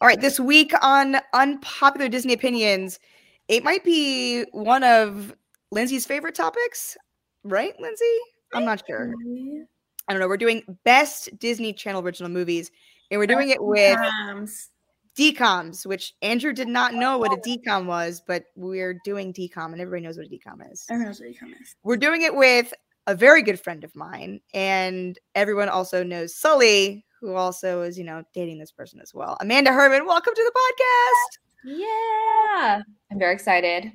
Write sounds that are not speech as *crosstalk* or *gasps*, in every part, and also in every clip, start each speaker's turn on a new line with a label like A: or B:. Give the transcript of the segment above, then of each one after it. A: All right, this week on unpopular Disney opinions, it might be one of Lindsay's favorite topics, right, Lindsay? I'm not sure.
B: Mm-hmm.
A: I don't know. We're doing best Disney Channel original movies, and we're doing it with
B: Times.
A: DCOMs, which Andrew did not know what a DCOM was, but we're doing DCOM, and everybody knows what a DCOM is.
B: Everyone knows what you come as.
A: We're doing it with a very good friend of mine, and everyone also knows Sully, who also is, you know, dating this person as well. Amanda Herman, welcome to the podcast.
C: Yeah. I'm very excited.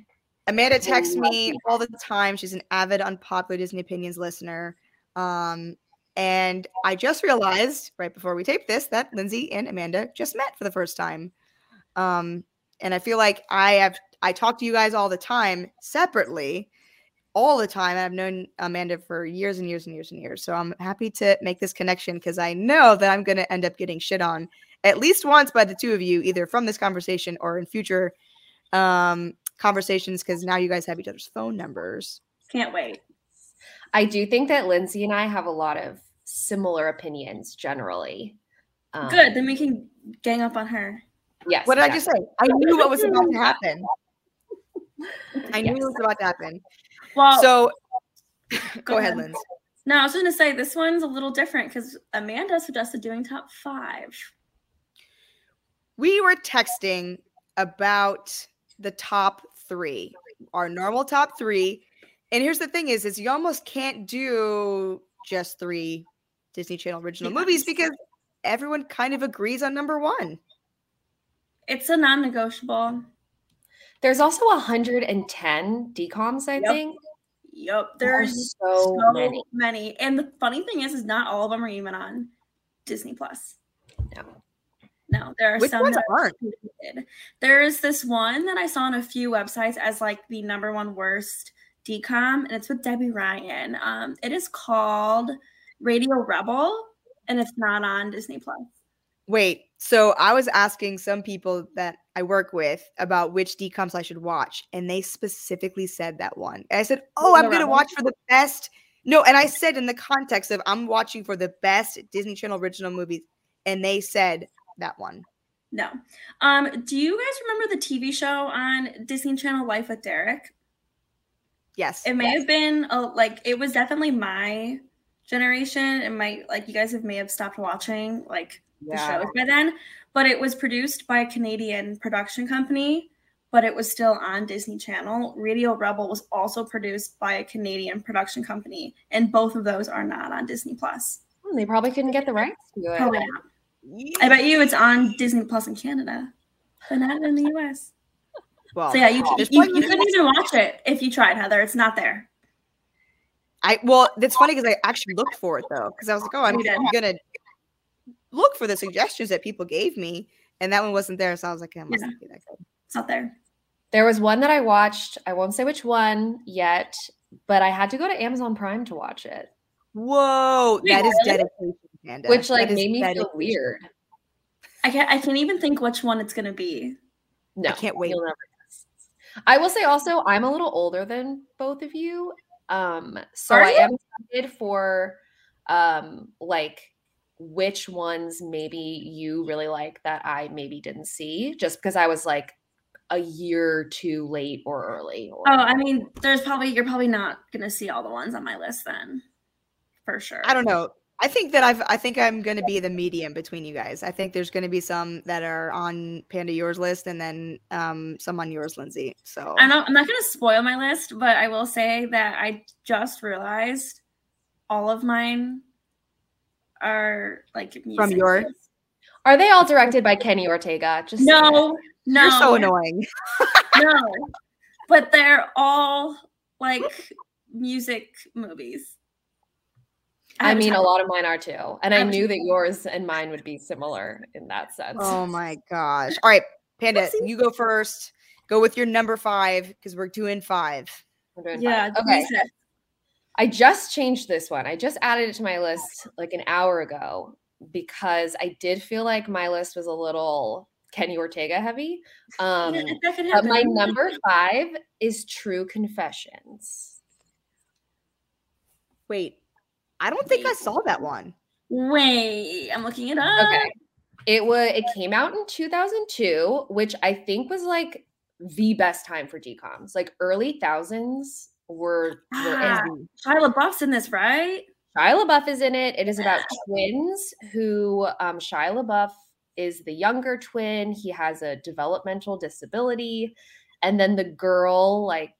A: Amanda texts
C: love
A: me
C: you.
A: all the time. She's an avid unpopular Disney opinions listener. Um, and I just realized right before we taped this that Lindsay and Amanda just met for the first time. Um, and I feel like I have I talk to you guys all the time separately, all the time. I've known Amanda for years and years and years and years. So I'm happy to make this connection because I know that I'm gonna end up getting shit on at least once by the two of you, either from this conversation or in future um conversations because now you guys have each other's phone numbers.
B: Can't wait.
C: I do think that Lindsay and I have a lot of similar opinions generally. Um,
B: Good. Then we can gang up on her.
C: Yes.
A: What did I
C: exactly.
A: just say? I knew what was about to happen. I knew what was about to happen.
B: Well,
A: So go ahead,
B: ahead.
A: Linz.
B: no, I was going to say this one's a little different because Amanda suggested doing top five.
A: We were texting about the top three, our normal top three. And here's the thing is, is you almost can't do just three Disney Channel original
B: Yeah.
A: movies because everyone kind of agrees on number one.
B: It's a non negotiable.
C: There's also 110 DCOMs, I
B: Yep.
C: think.
B: Yup. There's
C: There's so,
B: so
C: many.
B: many. And the funny thing is, is not all of them are even on Disney Plus.
C: No.
B: No, there are
A: Which
B: some
A: ones
B: that
A: aren't?
B: included. There is this one that I saw on a few websites as like the number one worst decom, and it's with Debbie Ryan. Um, it is called Radio Rebel, and it's not on Disney Plus.
A: Wait, so I was asking some people that I work with about which decoms I should watch, and they specifically said that one. And I said, Oh, I'm going to
B: Rebel?
A: watch for the best. No, and I said in the context of I'm watching for the best Disney Channel original movies, and they said that one.
B: No. Um, do you guys remember the TV show on Disney Channel Life with Derek?
A: Yes.
B: It may have been a, like it was definitely my generation. It might like you guys have may have stopped watching like the shows by then, but it was produced by a Canadian production company, but it was still on Disney Channel. Radio Rebel was also produced by a Canadian production company, and both of those are not on Disney Plus.
C: Hmm, They probably couldn't get the rights to it.
B: Probably not. I bet you it's on Disney Plus in Canada, but not in the US.
A: Well,
B: So yeah, you,
A: Oh, there's
B: you,
A: one
B: you
A: that-
B: couldn't even watch it if you tried, Heather. It's not there.
A: I well, that's funny because I actually looked for it though, because I was like, oh, I'm,
B: You did.
A: I'm gonna look for the suggestions that people gave me, and that one wasn't there, so I was like, it must
B: Yeah.
A: not be that good.
B: It's not there.
C: There was one that I watched. I won't say which one yet, but I had to go to Amazon Prime to watch it,
A: Whoa,
B: Wait,
A: that is
B: really?
A: dedication, Amanda.
C: which like
A: That is
C: made me feel
A: dedication.
C: weird.
B: I can't I can't even think which one it's gonna be.
C: No,
A: can't wait.
C: you'll never guess. I will say also, I'm a little older than both of you, um, so
B: Are
C: I
B: you?
C: am excited for um, like which ones maybe you really like that I maybe didn't see, just because I was like a year or two late or early. Or,
B: Oh, I mean, there's probably you're probably not gonna see all the ones on my list then. For sure.
A: I don't know. I think that I've I think I'm gonna be the medium between you guys. I think there's gonna be some that are on Panda yours list and then um some on yours, Lindsay. So
B: I'm not, I'm not going to spoil my list, but I will say that I just realized all of mine are like music.
A: From yours?
C: are they all directed by Kenny Ortega? Just saying.
B: No, no,
A: you're so
C: *laughs*
A: annoying.
B: no. But they're all like music movies.
C: I,
B: have a
C: mean, a
B: ton-
C: lot of mine are too, and I,
B: have a
C: knew
B: ton- *laughs*
C: that yours and mine would be similar in that sense.
A: Oh my gosh. All right, Panda,
B: Oopsie.
A: you go first. Go with your number five because we're doing five.
C: We're doing
B: Yeah,
C: fine. Okay.
B: music.
C: I just changed this one. I just added it to my list like an hour ago because I did feel like my list was a little Kenny Ortega heavy.
B: *laughs*
C: Um,
B: Yeah, that could
C: but my
B: happen.
C: number five is True Confessions.
A: Wait, I don't think I saw that one.
B: Wait, I'm looking it up.
C: Okay. It was it came out in 2002, which I think was like the best time for DComs. Like early thousands were, were
B: Ah.
C: in.
B: Shia LaBeouf's in this, right?
C: Shia LaBeouf is in it. It is about twins who um, Shia LaBeouf is the younger twin. He has a developmental disability, and then the girl like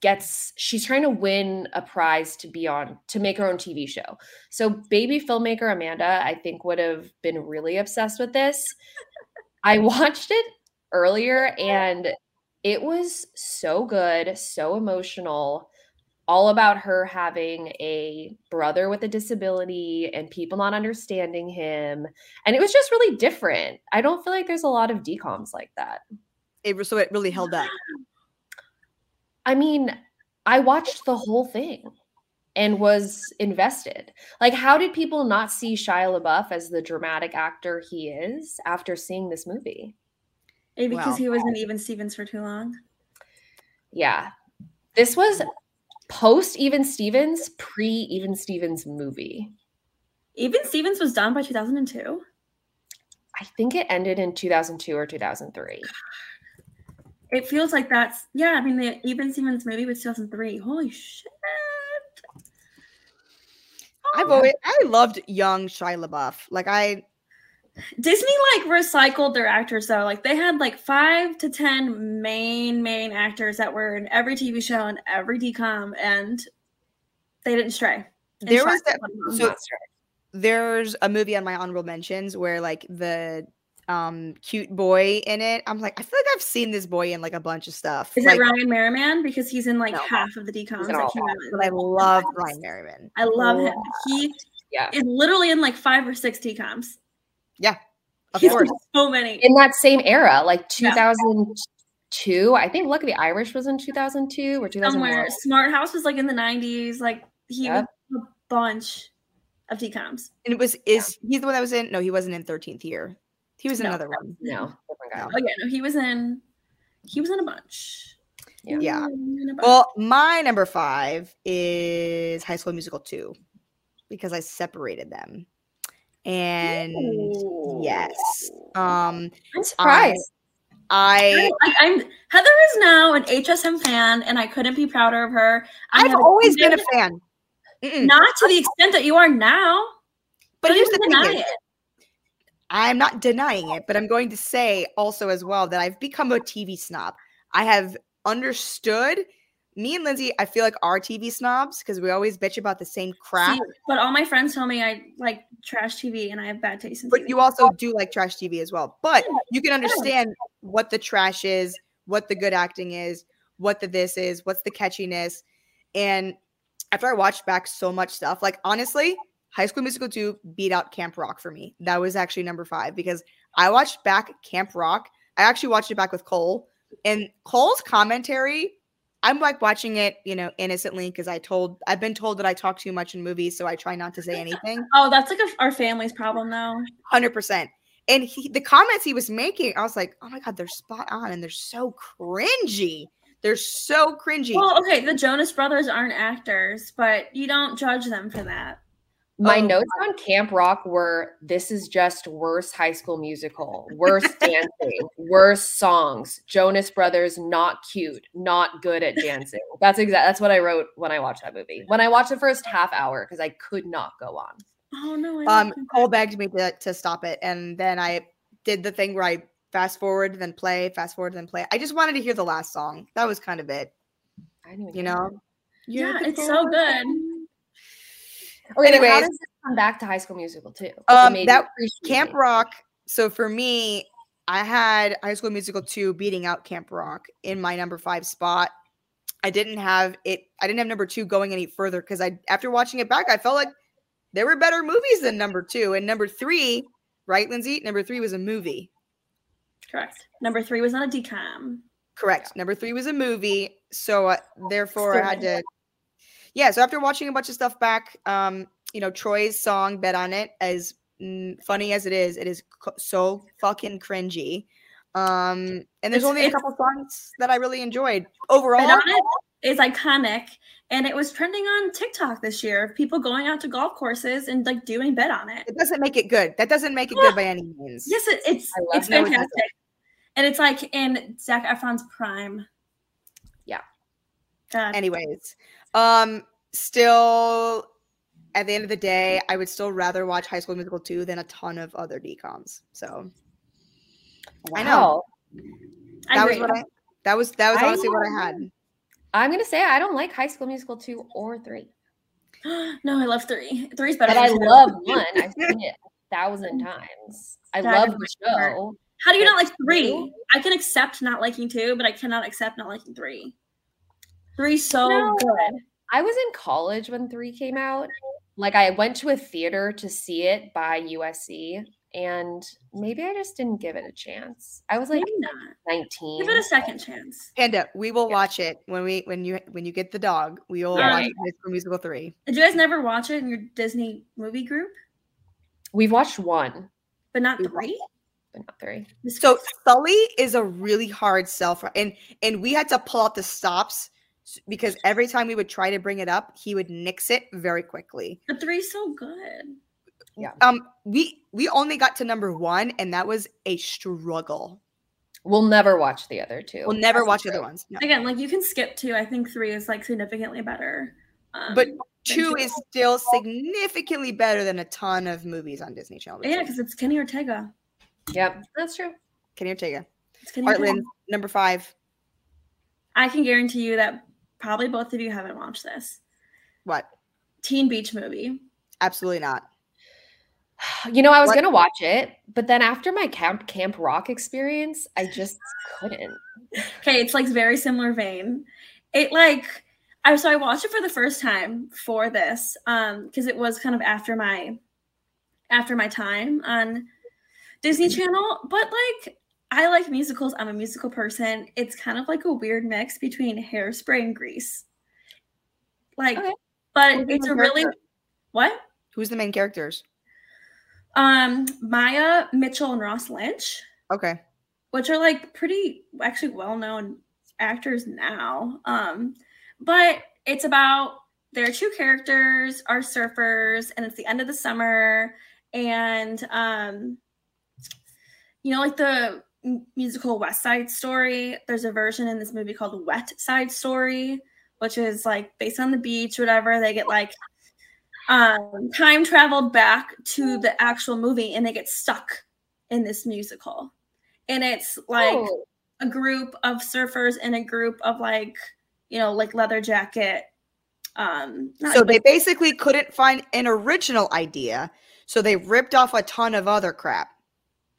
C: gets she's trying to win a prize to be on to make her own TV show. So baby filmmaker Amanda, I think would have been really obsessed with this. I watched it earlier and it was so good, so emotional all about her having a brother with a disability and people not understanding him. And it was just really different. I don't feel like there's a lot of decoms like that.
A: It was so it really held up.
C: I mean, I watched the whole thing and was invested. Like, how did people not see Shia LaBeouf as the dramatic actor he is after seeing this movie?
B: Maybe because
A: Wow.
B: he wasn't even Stevens for too long.
C: Yeah. This was post Even Stevens, pre Even Stevens movie.
B: Even Stevens was done by 2002.
C: I think it ended in 2002 or 2003.
B: It feels like that's yeah. I mean, the Even Stevens movie was 2003. Holy shit!
C: *gasps*
A: I've always I loved young Shia LaBeouf. Like I
B: Disney like recycled their actors though. Like they had like five to ten main main actors that were in every TV show and every DCOM, and they didn't stray. And
A: there
B: Shia
A: was that
B: one of them.
A: So- there's a movie on my honorable mentions where like the um cute boy in it. I'm like, I feel like I've seen this boy in like a bunch of stuff.
B: Is
A: like,
B: it Ryan Merriman? Because he's in like
C: No.
B: half of the DCOMs
C: in
B: that
C: all
B: came
A: But I
B: out.
A: love Ryan Merriman.
B: I love him. He
C: Yeah.
B: is literally in like five or six DCOMs.
A: Of
B: He's in
A: course.
B: so many.
C: In that same era, like
B: Yeah.
C: 2002, I think Luck of the Irish was in 2002 or 2001.
B: Somewhere. Smart House was like in the 90s. Like he
C: Yep.
B: was in a bunch of DCOMs.
A: And it was is he's the one that was in no, he wasn't in 13th year. He was in
B: No.
A: another one.
C: No, different guy.
A: No.
B: Oh yeah, no, he was in he was in a bunch.
C: Yeah.
A: Yeah.
B: In a bunch.
A: Well, my number five is High School Musical 2 because I separated them. And yes. Um
C: I'm surprised.
A: I
B: like I'm Heather is now an HSM fan, and I couldn't be prouder of her. I
A: I've
B: have
A: always been a fan. Mm-mm.
B: not to the extent that you are now.
A: But
B: Don't
A: here's the
B: even
A: thing is,
B: deny it.
A: I'm not denying it, but I'm going to say also as well that I've become a TV snob. I have understood me and Lindsay, I feel like are TV snobs because we always bitch about the same crap.
B: See, but all my friends tell me I like trash TV and I have bad taste in TV.
A: but you also do like trash TV as well. But you can understand what the trash is, what the good acting is, what the this is, what's the catchiness. And after I watched back so much stuff, like honestly, High School Musical 2 beat out Camp Rock for me. That was actually number five because I watched back Camp Rock. I actually watched it back with Cole. And Cole's commentary, I'm like watching it, you know, innocently because I told I've been told that I talk too much in movies, so I try not to say anything.
B: oh, that's like a, our family's problem though.
A: Hundred percent. And he, the comments he was making, I was like, "Oh my god, they're spot on, and they're so cringy. They're so cringy."
B: Well, okay, the Jonas Brothers aren't actors, but you don't judge them for that.
C: My
A: Oh,
C: notes on Camp Rock were this is just worse high school musical, worse
B: *laughs*
C: dancing, worse songs. Jonas Brothers not cute, not good at dancing. That's exact that's what I wrote when I watched that movie. When I watched the first half hour because I could not go on.
B: Oh no, I
A: um,
B: um,
A: Cole begged me to, to stop it, and then I did the thing where I fast forward, then play, fast forward, then play. I just wanted to hear the last song. That was kind of it,
C: I didn't even
A: you
C: get it.
A: know. You're
B: yeah,
A: the
B: it's so good.
C: *laughs* Okay, anyway, how
A: Anyways.
C: does this come back to High School Musical too?
A: Um,
C: made you
A: that-
C: appreciate
A: Camp
C: it.
A: Rock. So for me, I had High School Musical 2 beating out Camp Rock in my number five spot. I didn't have it, I didn't have number two going any further because I after watching it back, I felt like there were better movies than number two. And number three, right, Lindsay? Number three was a movie.
B: Correct. Number three was not a decom.
A: Correct. Number three was a movie. So uh, therefore I had to yeah, so after watching a bunch of stuff back, um, you know, Troy's song "Bet on It," as mm, funny as it is, it is c- so fucking cringy. Um, and there's
B: It's-
A: only a
B: it's-
A: couple songs that I really enjoyed overall.
B: Bet on it is iconic and it was trending on TikTok this year of people going out to golf courses and like doing bet on it.
A: It doesn't make it good. That doesn't make it good by any means.
B: Yes, it, it's
C: I love
B: it's
C: that it was
B: fantastic. And it's like in Zach Efron's prime.
C: Yeah.
A: *laughs*
B: God.
A: Anyways, um, still at the end of the day, I would still rather watch High School Musical 2 than a ton of other DComs. So I know.
C: Wow.
B: I
A: that was
B: agree.
A: what I that was that was
C: I
A: honestly what I had.
C: I'm gonna say I don't like High School Musical two or three,
B: *gasps* no, I love three. Three's
C: but
B: better.
C: I
B: than two.
C: love one. I've seen it a thousand times. I
B: That
C: love
B: is
C: the
B: my favorite.
C: show.
B: How do you
C: but
B: not
C: *laughs*
B: like three?
C: two?
B: I can accept not liking two, but I cannot accept not liking three. Three's so
C: No.
B: good.
C: I was in college when three came out. Like I went to a theater to see it by USC, and maybe I just didn't give it a chance. I was like
B: Maybe not.
C: 19.
B: Give it a second chance.
A: Panda, we will
C: Yeah.
A: watch it when we when you when you get the dog. We will watch
C: Alright.
A: High School Musical 3.
B: Did you guys never watch it in your Disney movie group?
C: We've watched one,
B: But not
A: We
B: three?
C: but not three.
B: This-
A: So Sully is a really hard sell for and and we had to pull out the stops s- because every time we would try to bring it up, he would nix it very quickly.
B: but three's so good.
A: Um we we only got to number 1 and that was a struggle.
C: We'll never watch the other two.
A: We'll never
C: That's
A: watch the other
C: true.
A: ones. No.
B: Again, like you can skip two. I think three is like significantly better. Um,
A: But
B: than
A: two is still significantly better than a ton of movies on Disney Channel.
B: yeah, because it's Kenny Ortega.
C: Yep, that's true.
A: Kenny Ortega.
B: It's Kenny Ortega.
A: Artlin, number five.
B: I can guarantee you that probably both of you haven't watched this
A: What?
B: Teen Beach movie.
A: Absolutely not.
C: You know, I was
A: What-
C: gonna watch it, but then after my camp Camp Rock experience, I just couldn't.
B: Okay, it's like very similar vein. It like I so I watched it for the first time for this um because it was kind of after my after my time on Disney Channel, but like I like musicals. I'm a musical person. It's kind of like a weird mix between Hairspray and Grease. Like
C: Okay.
B: but
A: Who's the
B: it's a
A: main
B: really
A: character?
B: what?
A: Who's the main characters?
B: Um Maya Mitchell and Ross Lynch.
A: Okay.
B: which are like pretty actually well known actors now. Um, but it's about their two characters are surfers, and it's the end of the summer, and um, you know, like the m- musical West Side Story. There's a version in this movie called Wet Side Story, which is like based on the beach, whatever. They get like um, time traveled back to the actual movie, and they get stuck in this musical, and it's like
C: Oh,
B: a group of surfers and a group of like you know like leather jacket um not-
A: So they basically couldn't find an original idea, so they ripped off a ton of other crap.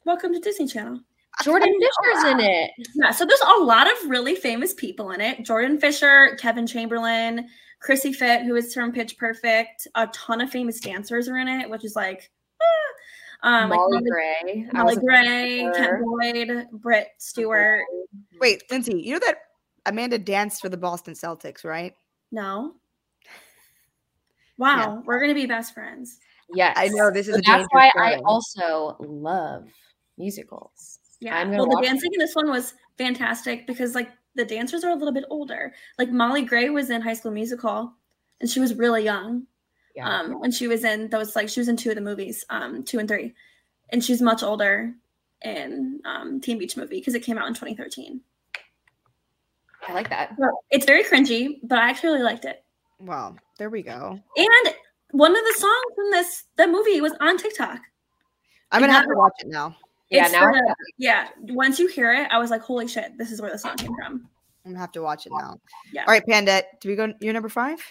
B: welcome to disney channel
C: Jordan Fisher's in it.
B: yeah so there's a lot of really famous people in it jordan fisher kevin chamberlain chrissy fit who is from pitch perfect a ton of famous dancers are in it which is like ah. um like
C: Molly
B: Molly-
C: Gray. I
B: Molly
C: was a-
B: Gray,
C: her.
B: Ken Boyd, Britt Stewart.
A: Wait, Lindsay, you know that Amanda danced for the Boston Celtics, right?
B: No. Wow, we're gonna be best friends.
C: Yes,
A: I know this is
C: So
A: a
C: that's
A: dangerous
C: why I
A: show.
C: also love musicals.
B: Yeah.
C: I'm gonna
B: well, the
C: watch
B: dancing in this one was fantastic because like the dancers are a little bit older. Like Molly Gray was in High School Musical, and she was really young.
C: Yeah.
B: Um, when she was in those like she was in two of the movies, um, two and three, and she's much older in um, Teen Beach Movie because it came out in 2013.
C: I like that.
B: It's very cringy, but I actually really liked it.
A: Well, there we go.
B: And one of the songs from this the movie was on TikTok.
A: I'm
B: Like,
A: gonna have
B: not-
A: to watch it now.
C: Yeah,
B: It's
C: now
B: the-
C: I'm-
B: Yeah, once you hear it, I was like, holy shit, this is where the song came from.
A: I'm gonna have to watch it now.
B: Yeah.
A: All right, Panda. Do we go? You're number five.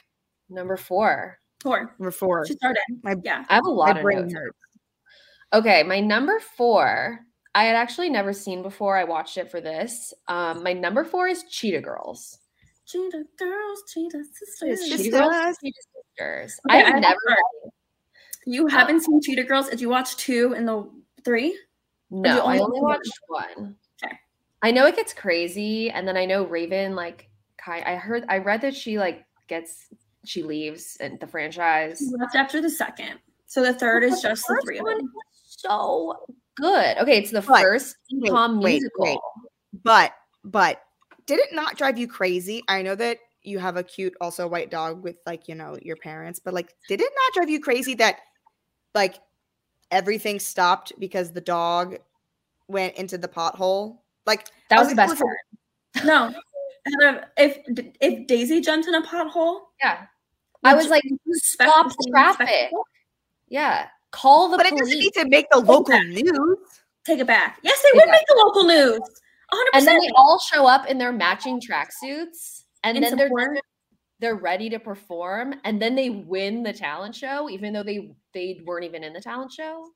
C: number four.
B: Four.
A: Number four.
B: She started.
A: My-
B: yeah.
C: I have a lot
A: My
C: of
A: brain
C: notes.
A: hurts.
C: Okay, my number four. I had actually never seen before. I watched it for this. Um, my number four is Cheetah Girls.
B: Cheetah girls, cheetah sisters.
A: It's
C: Cheetah
A: just-
C: Girls,
A: Sisters.
C: Cheetah Sisters.
B: Okay, I
C: I've
B: have
C: never. Uh,
B: heard. you haven't seen Cheetah Girls? Did you watch two and the three?
C: No,
B: you
C: I
B: only
C: only
B: watch
C: watched one.
B: Okay.
C: I know it gets crazy, and then I know Raven like Kai. I heard, I read that she like gets, she leaves and the franchise.
B: You left after the second. So the third is
C: But the
B: just the
C: first
B: three of
C: one
B: them.
C: was So good. Okay, it's the
A: But-
C: first
A: wait,
C: rom
A: wait,
C: musical.
A: wait. But but did it not drive you crazy? I know that you have a cute also white dog with like you know your parents but like did it not drive you crazy that like everything stopped because the dog went into the pothole like
C: That was the best part.
B: No. Heather, if if Daisy jumped in a pothole,
C: Yeah. I
B: would
C: was
B: you
C: like,
B: expect
C: stop
B: the same
C: traffic.
B: spectacle?
C: Yeah. Call the
A: but it doesn't
C: police. Oh,
A: need to make the local news
B: Take it back. Yes, they would
C: Exactly.
B: make the local news. 100%.
C: and then they all show up in their matching tracksuits. And
B: In
C: then they're
B: support.
C: they're ready to perform. And then they win the talent show, even though they they weren't even in the talent show.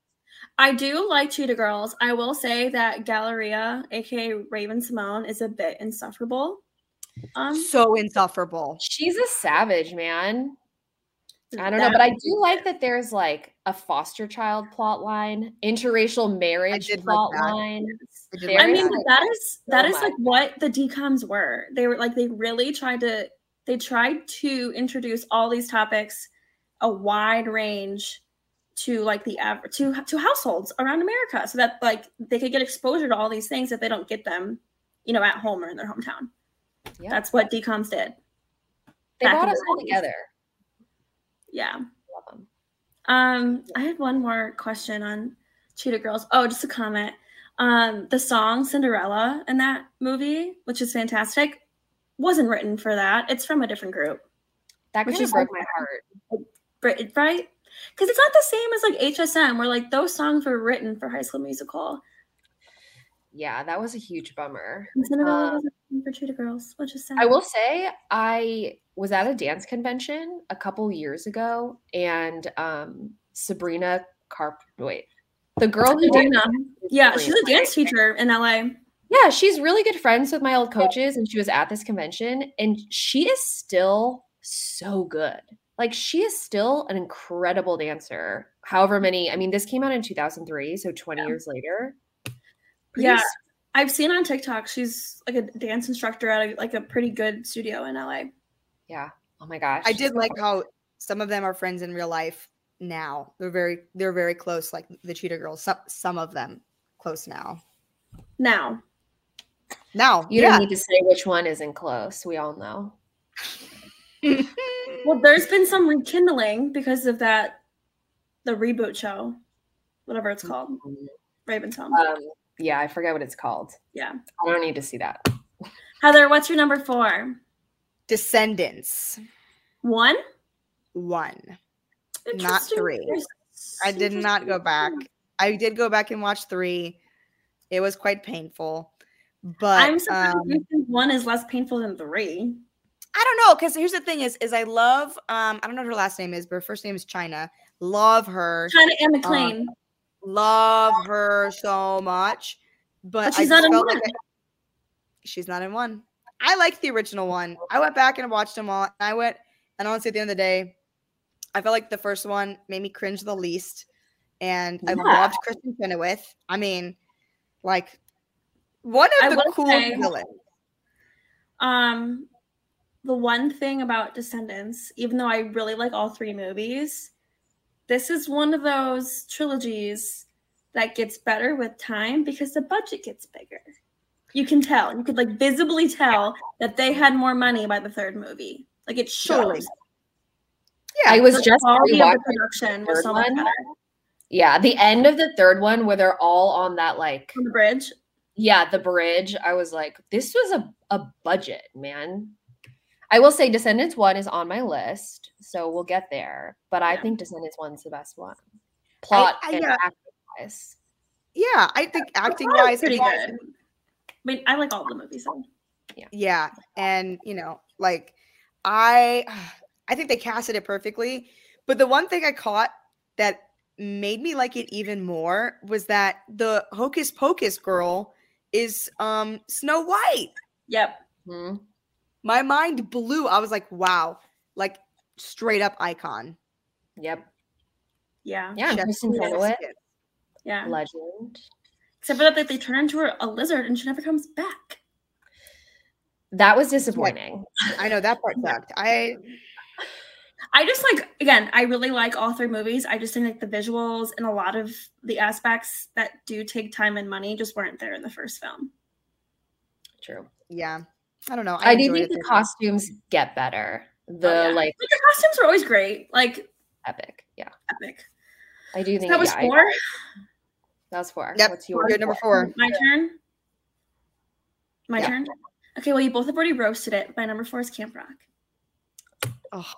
B: I do like Cheetah Girls. I will say that Galleria, aka Raven Simone, is a bit insufferable. Um,
A: so insufferable
C: She's a savage, man. I don't know, but I do like that there's like a foster child plot line, interracial marriage
A: did like
C: plot
A: that.
C: line.
A: I did
C: There
A: like
B: I
C: is,
B: mean,
A: that.
B: that is that
C: so
B: is
C: much.
B: like what the decoms were. They were like they really tried to they tried to introduce all these topics, a wide range to like the aver- to to households around America, so that like they could get exposure to all these things if they don't get them, you know, at home or in their hometown.
C: Yeah.
B: That's what decoms did.
C: They
B: back
C: brought
B: in
C: us
B: the
C: all
B: 90s.
C: together.
B: Yeah.
C: Love 'em.
B: Um, I had one more question on Cheetah Girls. Oh, just a comment. Um, the song Cinderella in that movie, which is fantastic, wasn't written for that. It's from a different group,
C: That
B: Which
C: kind of
B: is like
C: broke my
B: my-
C: heart.
B: right? Right? Because it's not the same as like HSM, where like those songs were written for High School Musical.
C: Yeah, that was a huge bummer.
B: And Cinderella
C: Um,
B: wasn't written for Cheetah Girls, which is sad.
C: I will say I was at a dance convention a couple years ago, and um, Sabrina Carp. Wait, the girl who did *laughs*
B: Sabrina. Yeah,
C: Sabrina.
B: she's a dance teacher in LA.
C: Yeah, she's really good friends with my old coaches, and she was at this convention, and she is still so good. Like she is still an incredible dancer. However many, I mean, this came out in 2003, so 20 years later. Pretty
B: Yeah.
C: s-
B: I've seen on TikTok she's like a dance instructor at a, like a pretty good studio in LA.
C: yeah. Oh my gosh.
A: I did like how some of them are friends in real life now. They're very they're very close, like the Cheetah Girls. Some some of them close now.
B: Now,
A: Now,
C: You
A: yeah.
C: don't need to say which one isn't close. We all know.
A: *laughs*
B: Well, there's been some rekindling because of that, the reboot show, whatever it's called, Raven's Home.
A: Uh,
C: Um, yeah, I forget what it's called.
B: Yeah.
C: I don't need to see that.
B: Heather, what's your number four?
A: Descendants
B: One,
A: one. Not
B: Interesting.
A: three.
B: There's
A: I did
B: some
A: not go
B: interesting-
A: back. I did go back and watch three. It was quite painful, but
B: I'm surprised
A: um,
B: you think one is less painful than three.
A: I don't know because here's the thing: is is I love um I don't know what her last name is, but her first name is China. Love her.
B: Kind of Anne McLean.
A: Um, love her so much, but,
B: she's
A: I
B: not in
A: just felt like
B: one.
A: I- she's not in one. I liked the original one. I went back and watched them all. And I went and honestly, at the end of the day, I felt like the first one made me cringe the least, and I
C: Yeah.
A: loved Kristen Chenoweth. I mean, like one of
B: I
A: the
B: will
A: cool
B: say-
A: villains.
B: um, the one thing about Descendants, even though I really like all three movies, this is one of those trilogies that gets better with time because the budget gets bigger. You can tell. You could like visibly tell that they had more money by the third movie. Like it
A: Totally.
B: shows.
A: Yeah,
C: I was
B: The
C: just
B: quality of the
C: rewatching
B: production
C: the
B: was
C: third
B: so much
C: one
B: better.
C: Yeah, the end of the third one where they're all on that like
B: On the bridge.
C: yeah, the bridge. I was like, this was a, a budget, man. I will say Descendants 1 is on my list, so we'll get there. But I
B: Yeah.
C: think Descendants 1's the best one. Plot
A: I-
C: and
A: yeah.
C: acting wise.
A: Yeah, I think acting
B: That was
A: wise,
B: pretty
A: I-
B: good. I mean, I like all the movies. so.
A: Yeah, and you know, like I, I think they casted it perfectly. But the one thing I caught that made me like it even more was that the Hocus Pocus girl is um Snow White.
B: Yep.
C: Hmm.
A: My mind blew. I was like, wow, like straight up icon.
C: Yep.
B: Yeah.
C: Yeah, and
A: Chef's
C: Kristen
A: kiss.
C: Chenoweth,
B: Yeah.
C: legend.
B: Except for that they- they turn into a- a lizard and she never comes back.
C: That was disappointing.
A: I know that part sucked. I
B: I just like again, I really like all three movies. I just think like the visuals and a lot of the aspects that do take time and money just weren't there in the first film.
C: True.
A: yeah. I don't know.
C: I, do
A: enjoyed
C: think
A: it
C: the
A: though.
C: costumes get better. The
B: Oh, yeah.
C: like
B: But the costumes were always great. Like
C: epic. Yeah.
B: epic.
C: I do think
B: That was
C: yeah, I-
B: four.
C: that was four.
A: Yep,
C: What's
A: We're
C: your
A: good number four.
B: My turn. My
C: Yeah.
B: turn. Okay, well you both have already roasted it. My number four is Camp Rock.
A: Oh,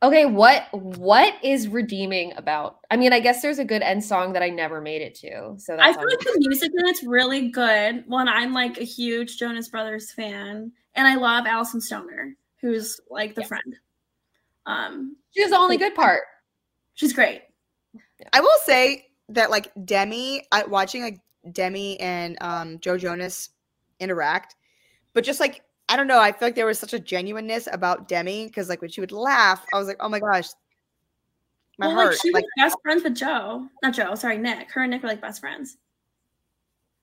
C: Okay, what what is redeeming about? I mean, I guess there's a good end song that I never made it to. So
B: I
C: that's
B: feel
C: on
B: like the music in it's really good. One, I'm like a huge Jonas Brothers fan, and I love Allison Stoner, who's like the
C: Yes.
B: friend. Um,
C: she was the only good part.
B: she's great.
A: I will say that like Demi, I watching like Demi and um Joe Jonas interact, but just like I don't know, I feel like there was such a genuineness about Demi because like when she would laugh, I was like, oh my gosh, my
B: well,
A: heart.
B: like she
A: Like,
B: was best friends with Joe. Not Joe, sorry, Nick. Her and Nick were like best friends.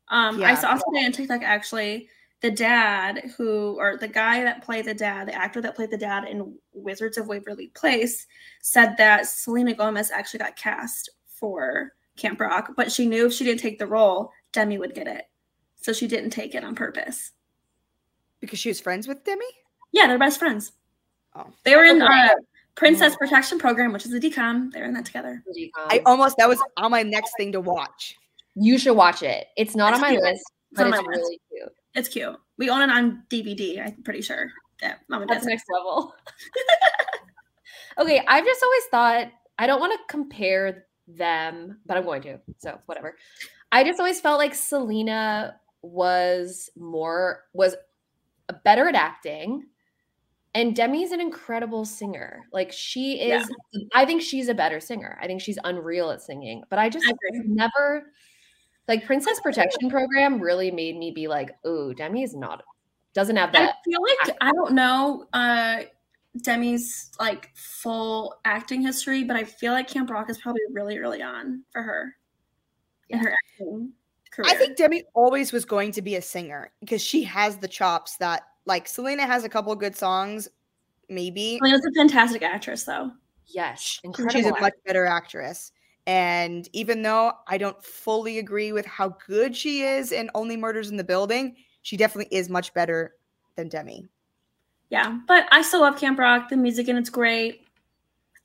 B: Um,
A: Yeah.
B: I saw today on TikTok actually the dad who or the guy that played the dad, the actor that played the dad in Wizards of Waverly Place, said that Selena Gomez actually got cast for Camp Rock, but she knew if she didn't take the role, Demi would get it. So she didn't take it on purpose.
A: because she was friends with Demi.
B: Yeah, they're best friends.
A: Oh.
B: They were in
C: Okay.
B: uh, Princess Protection Program, which is a decom. They're in that together.
A: I
B: Oh.
C: Um,
A: almost that was on my next thing to watch.
C: you should watch it. It's not
B: It's
C: on my
B: cute.
C: list,
B: It's
C: but
B: on
C: it's
B: my list.
C: really cute.
B: It's cute. We own it on DVD. I'm pretty sure that Mama
C: That's
B: does.
C: next level. *laughs* okay, I've just always thought I don't want to compare them, but I'm going to. So whatever. I just always felt like Selena was more was better at acting. And Demi's an incredible singer. Like she
B: Yeah.
C: is I think she's a better singer. I think she's unreal at singing. But I just
B: I agree.
C: never like Princess Protection Program really made me be like, oh, Demi is not doesn't have
B: I
C: that.
B: feel like I don't know uh, Demi's like full acting history, but I feel like Camp Rock is probably really early on for her in her acting career.
A: I think Demi always was going to be a singer because she has the chops that like Selena has a couple good songs, maybe.
B: Selena's a fantastic actress, though.
C: Yes,
A: think
C: incredible.
A: she's a
C: actor.
A: much better actress. And even though I don't fully agree with how good she is in Only Murders in the Building, she definitely is much better than Demi.
B: Yeah, but I still love Camp Rock. The music and it's great.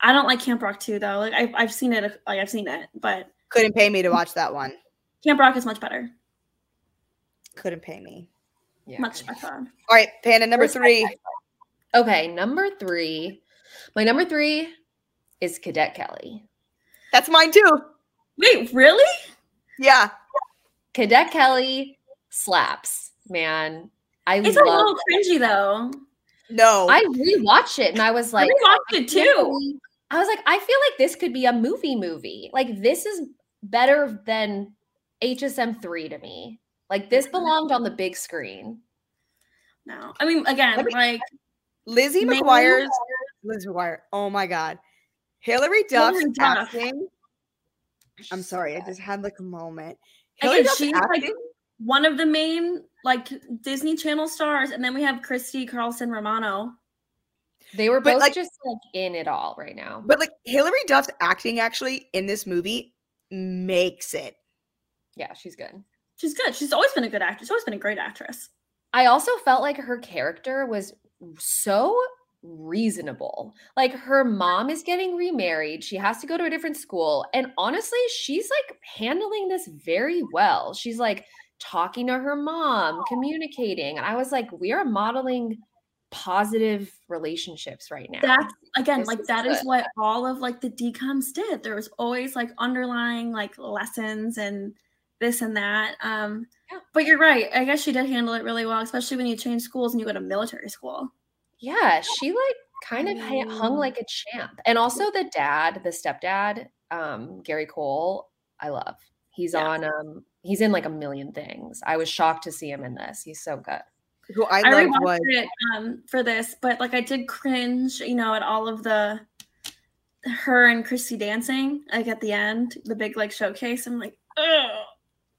B: I don't like Camp Rock too, though. Like I've, I've seen it, like I've seen it, but
A: Couldn't pay
C: Mm-hmm.
A: me to watch that one.
B: Camp Rock is much better,
A: Couldn't pay me.
C: Yeah.
B: much better.
A: All right, Panda number
C: Where's my
A: three.
C: Okay, number three. My number three is Cadet Kelly.
A: That's mine too.
B: Wait, really?
A: Yeah.
C: Cadet Kelly slaps, man. I
B: It's a
C: love.
B: little cringy though.
A: No.
C: I rewatched it and I was like,
B: I watched it
C: I can't
B: too.
C: believe- I was like, I feel like this could be a movie movie. Like this is better than HSM three to me. Like this belonged on the big screen.
B: No, I mean again,
A: Let me-
B: like
A: Lizzie
B: Maybe-
A: McGuire's Lizzie McGuire. Oh my God. Hillary Duff's
B: Hillary Duff.
A: acting. I'm sorry. I just had like a moment.
B: Again,
A: Hillary Duff's
B: she's, like,
A: acting.
B: one of the main like Disney Channel stars, and then we have Christy Carlson Romano.
C: They were
A: But,
C: both
A: like-
C: just like in it all right now.
A: But like Hillary Duff's acting actually in this movie makes it.
C: yeah, she's good.
B: She's good. She's always been a good actress. She's always been a great actress.
C: I also felt like her character was so reasonable. Like her mom is getting remarried, she has to go to a different school, and honestly, she's like handling this very well. She's like talking to her mom, communicating, and I was like, we are modeling positive relationships right now.
B: That's again
C: This
B: like
C: is
B: that is
C: good.
B: what all of like the decoms did. There was always like underlying like lessons and this and that. Um,
C: Yeah.
B: but you're right. I guess she did handle it really well, especially when you change schools and you go to military school.
C: yeah, she like kind of ha- hung
B: Mm.
A: Oh.
C: like a champ. And also the dad, the stepdad, um, Gary Cole, I love. He's
B: Yeah.
C: on um he's in like a million things. I was shocked to see him in this. He's so good.
A: Who I,
B: I
A: loved
B: rewatched
A: was
B: it um, for this, but like I did cringe, you know, at all of the her and Christy dancing, like at the end, the big like showcase. I'm like, oh,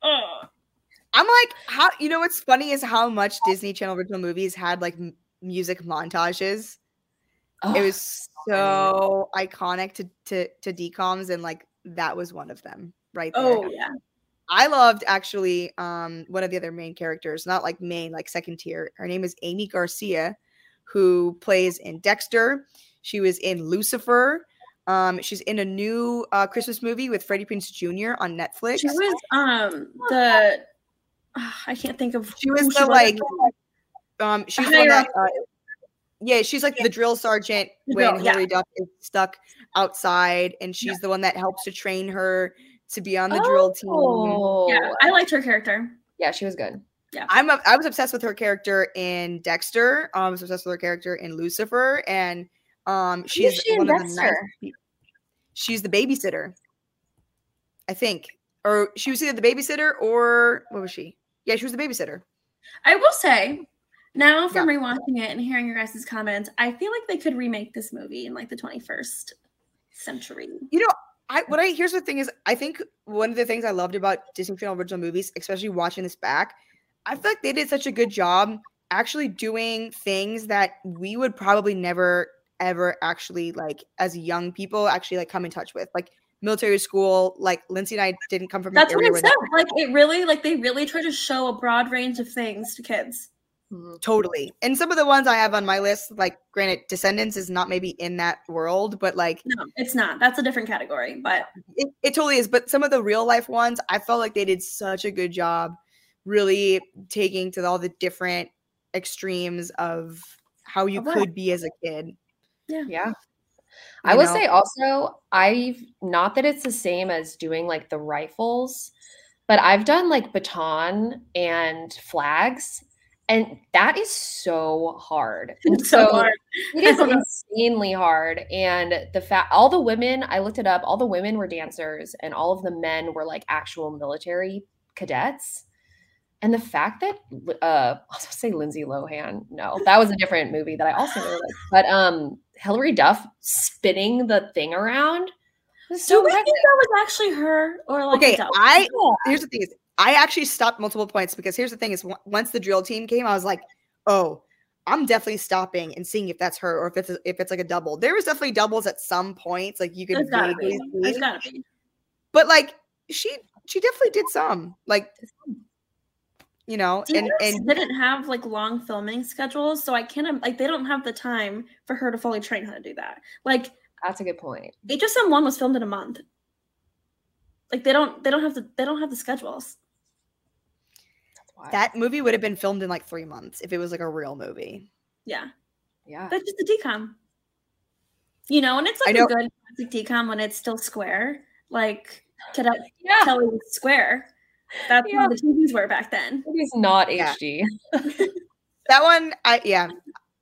B: oh,
A: I'm like, how you know what's funny is how much Disney Channel original movies had like m- music montages. It
C: Oh,
A: was
C: many.
A: so iconic to to to decoms, and like that was one of them right there.
B: oh yeah.
A: I loved actually um, one of the other main characters, not like main, like second tier. Her name is Amy Garcia, who plays in Dexter. She was in Lucifer. Um, she's in a new uh, Christmas movie with Freddie Prince Jr. on Netflix.
B: She was um the ah, I can't think of
A: She was
B: who
A: the like, um, she's the one that,
B: hierarchy.
A: uh, yeah, she's like the drill sergeant
B: The
A: when
B: drill, yeah.
A: Hillary Duff is stuck outside, and she's the one that helps to train her to be on the drill team.
C: Oh.
B: yeah, I liked her character.
C: Yeah, she was good.
A: I'm a, I was obsessed with her character in Dexter. Um, I was obsessed with her character in Lucifer, and um, she's
C: she in
A: one of the
C: Dexter?
A: nice peop- She's the babysitter, I think, or she was either the babysitter or what was she? Yeah, she was the babysitter.
B: I will say, now from rewatching it and hearing your guys' comments, I feel like they could remake this movie in like the 21st century.
A: I what I here's the thing is I think one of the things I loved about Disney Channel original movies, especially watching this back, I feel like they did such a good job actually doing things that we would probably never ever actually like as young people actually like come in touch with. Like military school, like Lindsay and I didn't come from
B: That's
A: an
B: what
A: area
B: I
A: where
B: said.
A: that
B: Like it really, like they really try to show a broad range of things to kids.
A: totally. And some of the ones I have on my list, like granted, Descendants is not maybe in that world, but like
B: No, it's not. That's a different category. But
A: it, it totally is but some of the real life ones i felt like they did such a good job really taking to all the different extremes of how you
B: Of life.
A: could be as a kid
C: Yeah. I
A: you
C: would
A: know?
C: say also, I've not that it's the same as doing like the rifles, but I've done like baton and flags, and that is so hard. And
B: it's so,
C: so
B: hard.
C: it is insanely hard. And the fact, all the women, I looked it up, all the women were dancers, and all of the men were like actual military cadets. And the fact that Li- uh, *laughs* I was gonna say Lindsay Lohan, no, that was a different movie that I also really liked. But um, Hillary Duff spinning the thing around was
B: Do
C: so
B: we
C: impressive.
B: think that was actually her or like
A: okay
B: a doubt?
A: *laughs* i here's the thing is i actually stopped multiple points because here's the thing is on- once the drill team came i was like oh i'm definitely stopping and seeing if that's her or if it's if it's like a double there was definitely doubles at some points like you could
B: There's gotta
A: vaguely
B: be.
A: see
B: There's gotta be.
A: but like she she definitely did some like you know and
B: Didn't-
A: and
B: didn't have like long filming schedules, so I can't im- like they don't have the time for her to fully train how to do that. Like
C: That's a good point.
B: HSM one was filmed in a month. Like they don't they don't have the they don't have the schedules.
C: That's wild.
A: That movie would have been filmed in like three months if it was like a real movie.
B: Yeah,
C: yeah,
B: that's just a decom. You know, and it's
A: I
B: like
A: know-
B: a good classic decom when it's still square, like Cadet
C: yeah,
B: Kelly was square. That's
C: Ah. Yeah.
B: how the TVs were back then.
C: it is not
A: Yeah.
C: HD.
A: That one, I *laughs* yeah,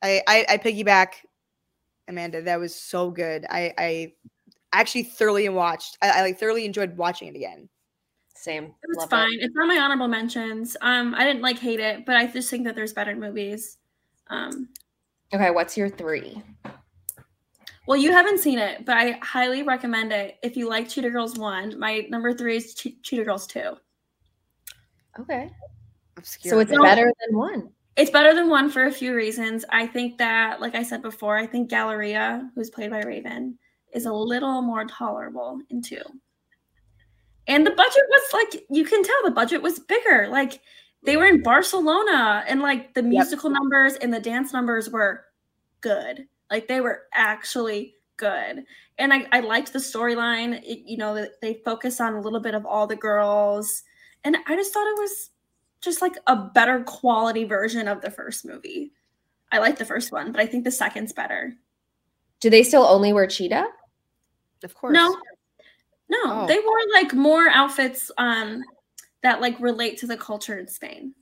A: I I, I piggyback Amanda. That was so good. I I actually thoroughly watched. I, I like thoroughly enjoyed watching it again.
C: Same. It
B: It was fine. It's on my honorable mentions. Um, I didn't like hate it, but I just think that there's better movies. Um,
C: Okay, what's your three?
B: Well, you haven't seen it, but I highly recommend it. If you like Cheetah Girls 1, my number three is che- Cheetah Girls 2.
C: Okay,
A: Obscure.
C: so it's
A: but-
C: better than one.
B: It's better than one for a few reasons. I think that, like I said before, I think Galleria, who's played by Raven, is a little more tolerable in two. And the budget was like, you can tell the budget was bigger. Like, they were in Barcelona, and like the musical numbers and the dance numbers were good. Like, they were actually good. And I, I liked the storyline. It- You know, that they focus on a little bit of all the girls. And I just thought it was just like a better quality version of the first movie. I like the first one, but I think the second's better.
C: Do they still only wear cheetah?
A: of course.
B: No, no,
A: Oh.
B: they wore like more outfits um that like relate to the culture in Spain.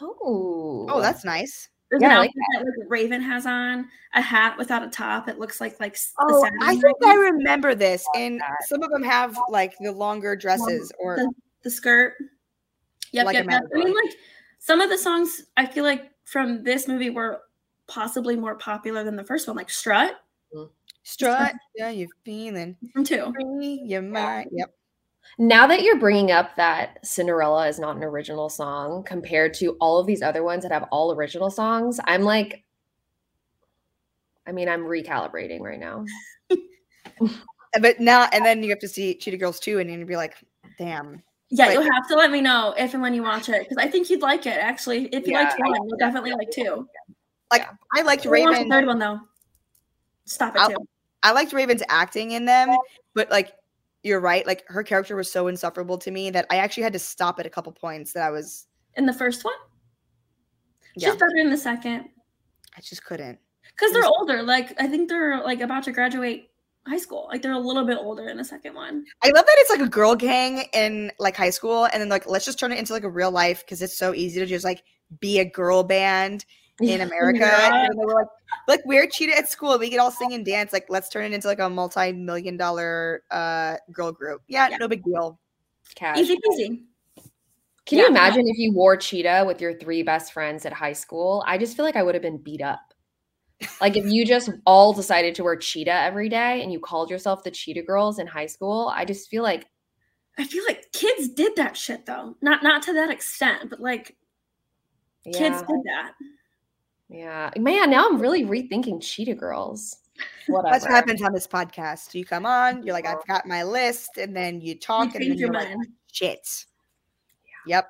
C: Oh,
A: Oh, that's nice.
B: There's
C: Yeah,
B: an
C: I like
B: outfit that like Raven has on, a hat without a top. It looks like like s- the
A: Oh, I
B: Saturday
A: think I
B: night,
A: remember this. And
C: that.
A: some of them have like the longer dresses or
B: the skirt. Yep,
A: Like
B: yep,
A: a
B: yep. I mean,
A: Matador.
B: like some of the songs I feel like from this movie were possibly more popular than the first one, like Strut
A: strut. Yeah, you're feeling
B: from two.
A: free. You might. Yep.
C: now that you're bringing up that Cinderella is not an original song compared to all of these other ones that have all original songs. I'm like, I mean, I'm recalibrating right now.
A: But now and then you have to see Cheetah Girls 2 and you'd be like, damn.
B: Yeah,
A: Right.
B: you'll have to let me know if and when you watch it because I think you'd like it actually. If you
C: Yeah,
B: liked
C: I-
B: one, you'll definitely like two.
A: I liked
B: If you watch the
A: Raven.
B: third one though. Stop it
A: I'll-
B: too.
A: I liked Raven's acting in them, but like you're right, like her character was so insufferable to me that I actually had to stop at a couple points that I was
B: In the first one, she's
A: yeah,
B: better in the second
A: I just couldn't.
B: because they're
A: Yes.
B: older. Like I think they're like about to graduate high school. Like they're a little bit older in the second one.
A: I love that it's like a girl gang in like high school, and then like let's just turn it into like a real life because it's so easy to just like be a girl band in America.
B: Yeah.
A: And they were like, like we're cheated at school, we could all sing and dance. Like let's turn it into like a multi-million dollar uh girl group. Yeah,
B: Yeah.
A: no big deal.
C: Cash.
B: Easy peasy.
C: Can
B: Yeah.
C: you imagine if you wore cheetah with your three best friends at high school? I just feel like I would have been beat up. Like if
B: *laughs*
C: you just all decided to wear cheetah every day and you called yourself the cheetah girls in high school, I just feel like
B: I feel like kids did that shit though. Not not to that extent, but like
C: yeah,
B: kids did that.
C: yeah, man. Now I'm really rethinking cheetah girls. Whatever.
A: That's what happens on this podcast. You come on, you're like, I've got my list, and then you
B: You
A: talk, and then
B: changed your
A: you're like,
B: mind.
A: shit. Yep.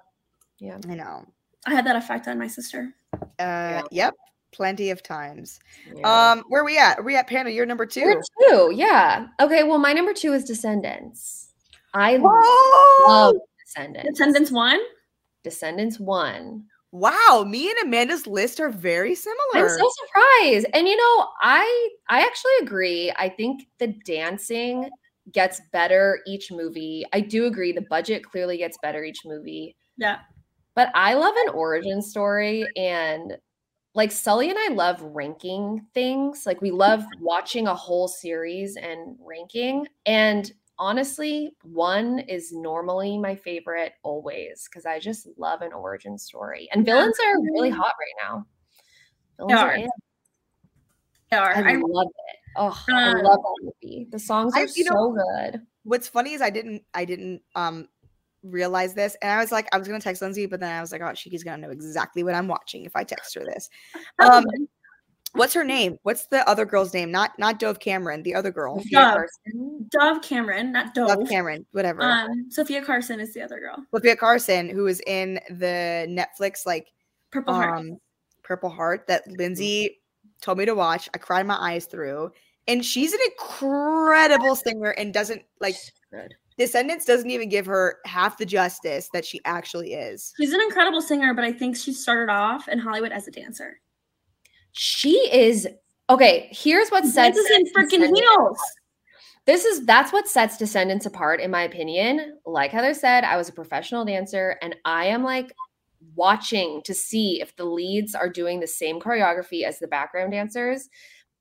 C: Yeah.
A: I know.
B: I had that effect on my sister.
A: Uh, Yep. Plenty of times.
C: Yeah.
A: Um, where we at? Are we at panel? You're number two.
C: Number two, yeah. Okay, well, my number two is Descendants. I love
A: Whoa!
C: Descendants.
B: Descendants one.
C: Descendants one.
A: Wow, me and Amanda's list are very similar.
C: I'm so surprised. And you know, I I actually agree. I think the dancing gets better each movie. I do agree the budget clearly gets better each movie.
B: Yeah.
C: But I love an origin story and like Sully and I love ranking things. Like we love
B: Mm-hmm.
C: watching a whole series and ranking. And honestly, one is normally my favorite always because I just love an origin story. And villains are really hot right now. Villains
B: Mm-hmm. are.
C: in.
B: They are.
C: I
B: I,
C: love it. Oh, I
B: Um,
C: love that movie. The songs
A: I-
C: are
A: you
C: so
A: know-
C: good.
A: What's funny is I didn't I didn't um realize this, and I was like, I was gonna text Lindsay, but then I was like, oh, she's gonna know exactly what I'm watching if I text her this. Um,
B: Probably.
A: what's her name? What's the other girl's name? Not not Dove Cameron, the other girl.
C: Sophia
B: Dove.
C: Carson.
B: Dove Cameron, not Dove.
A: Dove Cameron, whatever.
B: Oh. Um, Sophia Carson is the other girl.
A: Sophia Carson, who was in the Netflix like
B: Purple Heart.
A: um Purple Heart that Lindsay told me to watch. I cried my eyes through. And she's an incredible singer and doesn't like
C: So good.
A: Descendants doesn't even give her half the justice that she actually is.
B: She's an incredible singer, but I think she started off in Hollywood as a dancer.
C: She is okay. Here's what sets
B: Dances in freaking
C: Descendants-
B: heels.
C: This is that's what sets Descendants apart, in my opinion. Like Heather said, I was a professional dancer, and I am like watching to see if the leads are doing the same choreography as the background dancers.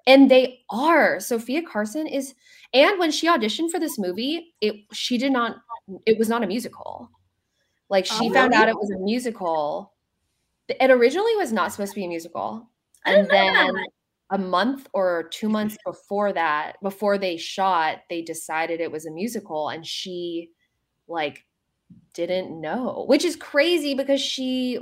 C: And they are. Sophia Carson is, and when she auditioned for this movie, it she did not. It was not a musical. Like she
B: Oh,
C: found out
B: really?
C: it was a musical. It originally was not supposed to be a musical,
B: I didn't
C: and
B: know that.
C: then a month or two months before that, before they shot, they decided it was a musical and she like didn't know, which is crazy because she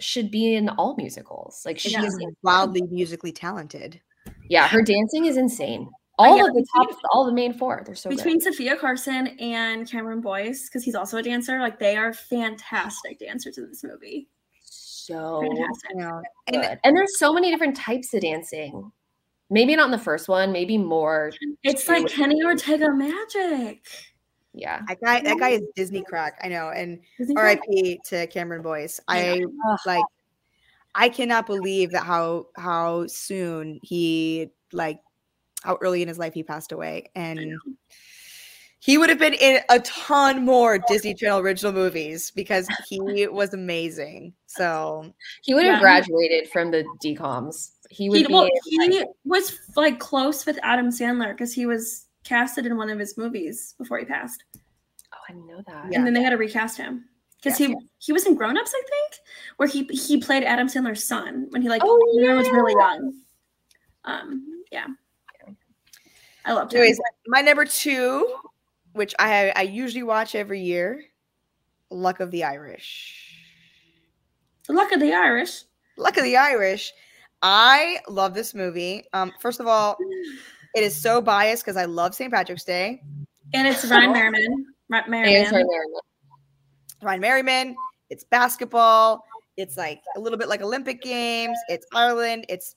C: should be in all musicals. Like she
A: She
B: Yeah.
A: is wildly musically talented.
C: yeah, her dancing is insane. All
B: yeah,
C: of the
B: between-
C: top all the main four, they're so
B: Between
C: good.
B: Sophia Carson and Cameron Boyce, because he's also a dancer, like they are fantastic dancers in this movie.
C: So
B: Fantastic.
A: Yeah.
C: good.
A: And
C: And, there's so many different types of dancing. Maybe not in the first one, maybe more.
B: It's
C: She
B: like
C: was-
B: Kenny Ortega magic.
C: Yeah.
A: that guy that guy is Disney crack. I know. And
B: Isn't that-
A: RIP to Cameron Boyce. I
C: Ugh.
A: like I cannot believe that how how soon he like how early in his life he passed away and he would have been in a ton more Disney Channel original movies because he was amazing. So
C: He would have
B: Yeah.
C: graduated from the DCOMs. He would
B: He,
C: be
B: well,
C: in, like,
B: he was like close with Adam Sandler because he was casted in one of his movies before he passed,
C: Oh, I didn't know that.
A: Yeah.
B: and then they had to recast him because he he was in Grown Ups, I think, where he he played Adam Sandler's son when he like
C: Oh,
B: when he was really
C: yeah.
B: young. Um, yeah, I loved him. *laughs*
A: anyways, my number two, which I I usually watch every year, Luck of the Irish.
B: The Luck of the Irish.
A: Luck of the Irish. I love this movie. Um, first of all, it is so biased because I love St. Patrick's Day.
B: And it's Ryan Merriman. Ry-
C: Answer
B: Merriman.
C: there.
A: Ryan Merriman. It's basketball. It's like a little bit like Olympic Games. It's Ireland. It's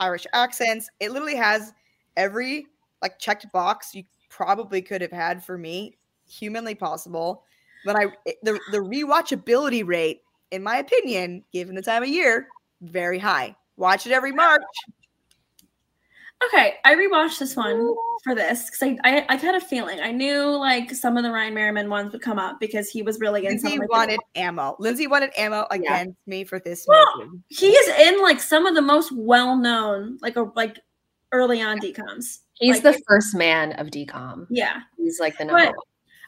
A: Irish accents. It literally has every like checked box you probably could have had for me, humanly possible. But I the the rewatchability rate, in my opinion, given the time of year, very high. Watch it every March.
B: Okay, I rewatched this one for this because I, I, I had a feeling I knew like some of the Ryan Merriman ones would come up because he was really in.
A: Lindsay
B: some of my
A: wanted ammo. Lindsay wanted ammo against me for this
B: Well,
A: movie.
B: He is in like some of the most well known like a, like early on decoms.
C: He's
B: Like-
C: the first man of DCOM.
B: Yeah,
C: He's like the
B: But-
C: number one.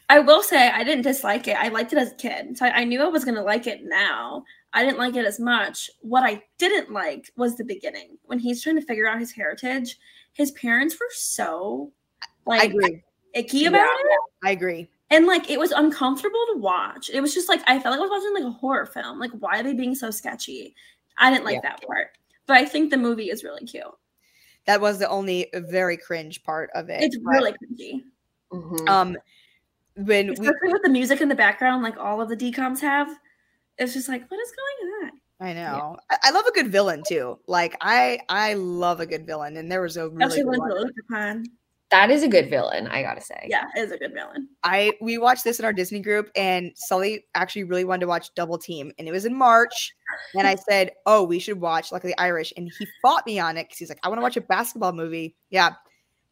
B: I will say I didn't dislike it. I liked it as a kid, so I, I knew I was gonna like it. Now I didn't like it as much. What I didn't like was the beginning when he's trying to figure out his heritage. His parents were so
A: I
B: like
A: agree.
B: icky about
C: Yeah.
B: it.
A: I agree.
B: and like it was uncomfortable to watch. It was just like I felt like I was watching like a horror film. Like why are they being so sketchy? I didn't like that part, but I think the movie is really cute.
A: That was the only very cringe part of it.
B: It's
A: but,
B: really cringy,
C: Mhm.
A: um when we
B: especially with the music in the background, like all of the decoms have. It's just like what is going on?
A: I know. I, I love a good villain too. Like I I love a good villain, and there was a really
B: Especially
A: good
B: when
A: one.
B: it's looked upon.
C: that is a good villain, I gotta say.
B: Yeah, it is a good villain.
A: I we watched this in our Disney group, and Sully actually really wanted to watch Double Team, and it was in March. And I said, "Oh, we should watch Luckily Irish," and he fought me on it because he's like, "I want to watch a basketball movie." Yeah.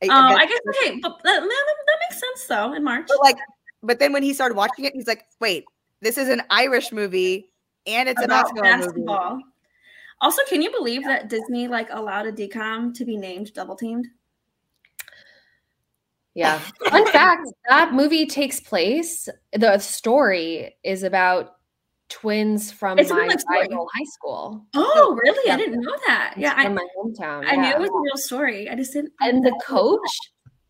A: I- I
B: Oh,
A: bet-
B: I guess okay, but that, that, that makes sense though. In March,
A: *laughs* but like, but then when he started watching it, he's like, "Wait, this is an Irish movie, and it's
B: about
A: a basketball, movie."
B: basketball. Also, can you believe that Disney like allowed a decom to be named Double Teamed?
C: Yeah.
B: *laughs*
C: Fun fact that movie takes place, the story is about twins from
B: It's a
C: my
B: real life story.
C: rival high school.
B: Oh, really?
C: yeah.
B: I didn't know that.
C: It's
B: Yeah, I,
C: from my hometown.
B: I knew
C: yeah.
B: it was a real story. I just didn't.
C: And the coach,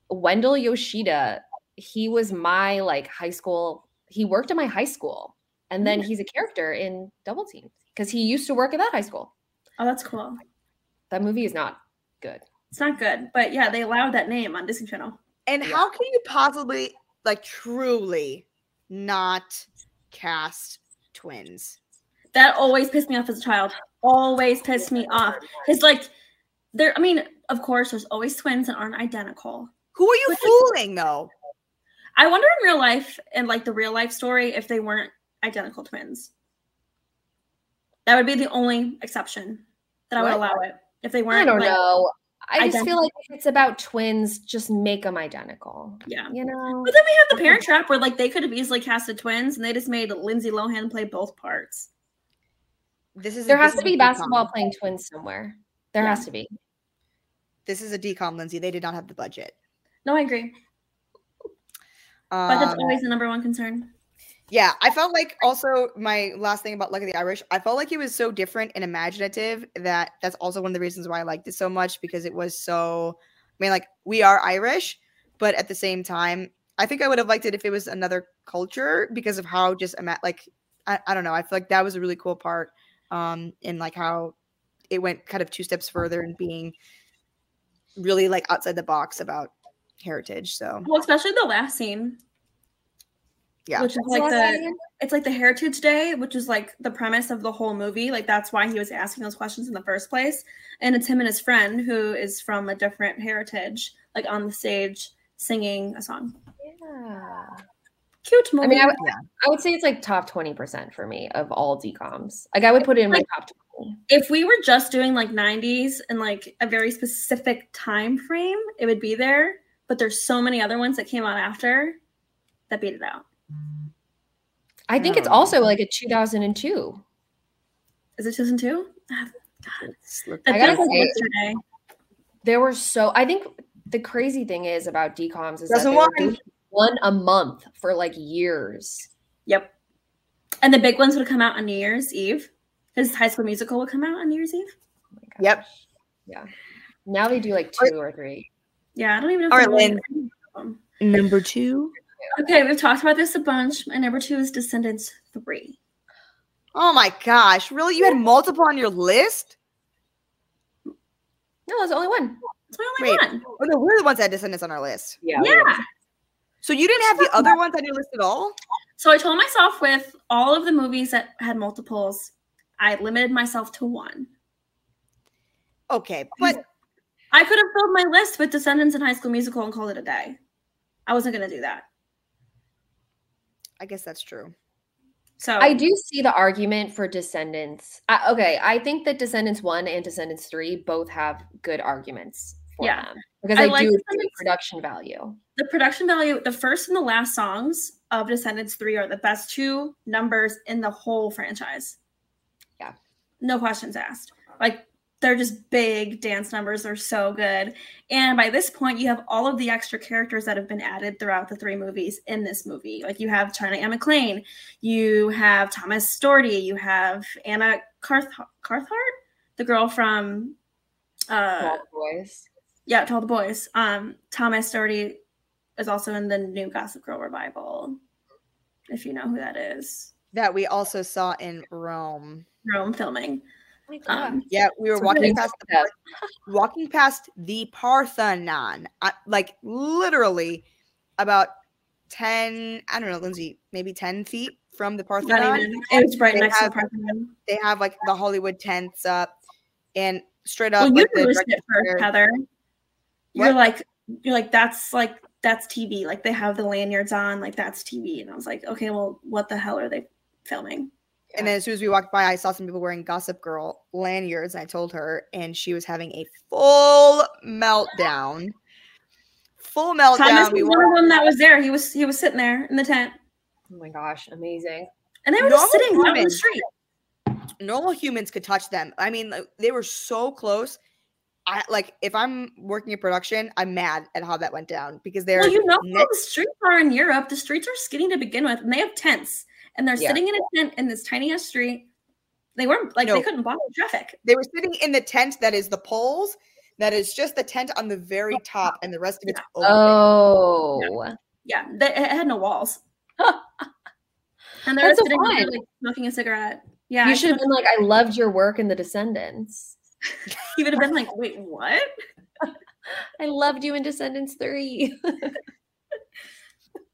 C: Wendell Yoshida, he was my like high school, he worked at my high school. And
B: Mm.
C: then he's a character in Double Team because he used to work at that high school.
B: Oh, that's cool.
C: That movie is not good.
B: It's not good, but yeah, they allowed that name on Disney Channel.
A: And
C: Yeah.
A: how can you possibly, like, truly not cast twins?
B: That always pissed me off as a child. Always pissed me off. It's like there. I mean, of course, there's always twins that aren't identical.
A: Who are you
B: But
A: fooling though?
B: I wonder in real life and like the real life story if they weren't identical twins. That would be the only exception that I would
A: What?
B: allow it if they weren't.
C: I don't
B: like-
C: know. I just feel like if it's about twins, just make them identical.
B: Yeah.
C: You know?
B: But then we have the Parent Trap, where like they could have easily casted twins, and they just made Lindsay Lohan play both parts.
A: This is
C: There
A: this
C: has
A: is
C: to
A: a
C: be
A: decom.
C: basketball playing twins somewhere. There
B: Yeah.
C: has to be.
A: This is a decom, Lindsay. They did not have the budget.
B: No, I agree.
A: Um,
B: But that's always the number one concern.
A: yeah, I felt like also my last thing about Luck of the Irish. I felt like it was so different and imaginative that that's also one of the reasons why I liked it so much because it was so. I mean, like we are Irish, but at the same time, I think I would have liked it if it was another culture because of how just ima- like I, I don't know. I feel like that was a really cool part, um, in like how it went kind of two steps further and being really like outside the box about heritage. So
B: Well, especially the last scene.
A: Yeah.
B: Which is
C: What's the
B: like
C: last
B: the
C: name?
B: it's like the Heritage Day, which is like the premise of the whole movie. Like that's why he was asking those questions in the first place. And it's him and his friend who is from a different heritage, like on the stage singing a song.
C: Yeah.
B: Cute movie.
C: I mean, I would,
A: Yeah.
C: I would say it's like top 20% for me of all DCOMs. Like, I would put it in my
B: Like-
C: top 20.
B: if we were just doing like 90s and like a very specific time frame, it would be there. But there's so many other ones that came out after that beat it out.
C: I think it's
A: Oh.
C: also like a 2002.
B: Is it season two? *sighs* Ah,
C: I
B: That feels
C: gotta say-
B: like yesterday.
C: There were so, I think the crazy thing is about DCOMs is that
A: Doesn't
C: they were
A: want
C: doing one a month for like years.
B: Yep. And the big ones would come out on New Year's Eve. His high school musical would come out on New Year's Eve.
C: Oh my
A: Yep.
C: gosh. Yeah. Now they do like
A: Or-
C: two or three.
B: Yeah, I don't even know.
A: All
B: if
A: right,
B: they really-
A: number two.
B: Okay, we've talked about this a bunch. My number two is Descendants 3.
A: Oh my gosh, really? You had multiple on your list?
C: No, it's only one.
B: It's my only
A: Wait.
B: one.
A: Oh no, we're the ones that had Descendants on our list.
B: Yeah.
A: So you didn't have the other ones on your list at all?
B: So I told myself with all of the movies that had multiples, I limited myself to one.
A: Okay, but
B: I could have filled my list with Descendants and High School Musical and called it a day. I wasn't going to do that.
A: I guess that's true.
B: So
C: I do see the argument for Descendants. I, okay, I think that Descendants one and Descendants three both have good arguments for
B: Yeah.
C: them because
B: I
C: I,
B: like
C: do agree
B: Descendants-
C: production value.
B: the production value, the first and the last songs of Descendants 3 are the best two numbers in the whole franchise.
C: Yeah.
B: No questions asked. Like they're just big dance numbers. They're so good. And by this point, you have all of the extra characters that have been added throughout the three movies in this movie. Like you have China Ann McClain, you have Thomas Storty, you have Anna Carth- Carthart, the girl from uh,
C: Small boys.
B: yeah, to all the boys. Um, Thomas Doherty is also in the new Gossip Girl revival, if you know who that is.
A: That we also saw in Rome.
B: Rome filming. Um,
A: Yeah, we were
C: So
A: walking
C: really
A: past the
C: fucked
A: Par- walking past the Parthenon, I, like literally about ten. I don't know, Lindsay, maybe ten feet from the
B: not
A: Parthenon.
B: even. It was right
A: They
B: next to
A: have-
B: the Parthenon.
A: They have like the Hollywood tents up, and straight
B: Well,
A: up.
B: you
A: like, the
B: noticed
A: direct-
B: it first, Heather. You're
A: What?
B: like, you're like, that's like, that's TV. Like they have the lanyards on, like that's TV. And I was like, okay, well, what the hell are they filming?
A: And then as soon as we walked by, I saw some people wearing Gossip Girl lanyards, and I told her, and she was having a full meltdown. Full meltdown.
B: Thomas
A: we
B: was one of
A: walked-
B: them that was there. He was he was sitting there in the tent,
C: Oh my gosh, amazing.
B: and they were just
A: Normal
B: sitting out in the
A: humans.
B: street.
A: normal humans could touch them. I mean, like, they were so close. I like if I'm working in production, I'm mad at how that went down because they're
B: Well, you know how
A: next-
B: the streets are in Europe. The streets are skinny to begin with, and they have tents, and they're
C: Yeah.
B: sitting in a tent in this tiny ass street. They weren't like
A: No.
B: they couldn't block the traffic.
A: they were sitting in the tent that is the poles, that is just the tent on the
B: Oh,
A: very top, and the rest of it's open.
C: Oh,
B: Yeah, they, it had no
C: *laughs*
B: walls. and they were
C: That's so
B: sitting there,
C: fun.
B: like, smoking a cigarette. Yeah,
C: you should have been like, I loved your work in The Descendants.
B: He would have been like, "Wait, what?"
C: I loved you in Descendants three.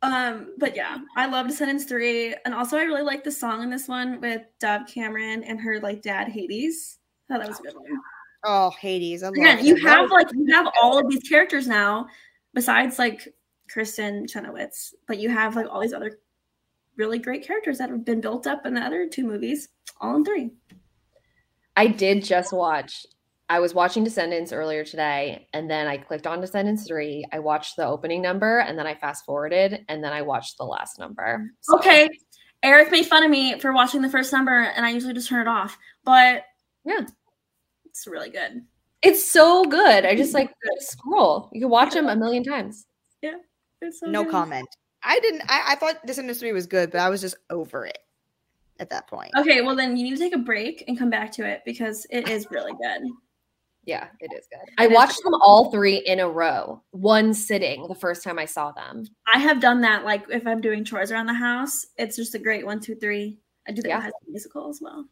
B: Um, but yeah, I love Descendants three, and also I really like the song in this one with Dove Cameron and her like dad Hades. Oh, that was a good one.
A: Oh, Hades! I love
B: Again, you
A: them. That
B: have
A: was-
B: like
A: *laughs*
B: you have all of these characters now, besides like Kristen Chenoweth, but you have like all these other really great characters that have been built up in the other two movies, all in three.
C: I did just watch. I was watching Descendants earlier today, and then I clicked on Descendants three. I watched the opening number, and then I fast forwarded, and then I watched the last number. So-
B: Okay, Eric made fun of me for watching the first number, and I usually just turn it off, but
C: Yeah.
B: it's really good.
C: it's so good.
B: *laughs*
C: I just like just scroll. You can watch them a million times.
B: It's so
A: no
B: good.
A: comment. I didn't. I, I thought this industry was good, but I was just over it at that point.
B: Okay, well then you need to take a break and come back to it because it is really good.
C: Yeah, it is good. I
B: It is
C: watched them all three in a row, one sitting. The first time I saw them,
B: I have done that. Like if I'm doing chores around the house, it's just a great one, two, three. I do that
C: Yeah.
B: with High School musical as well.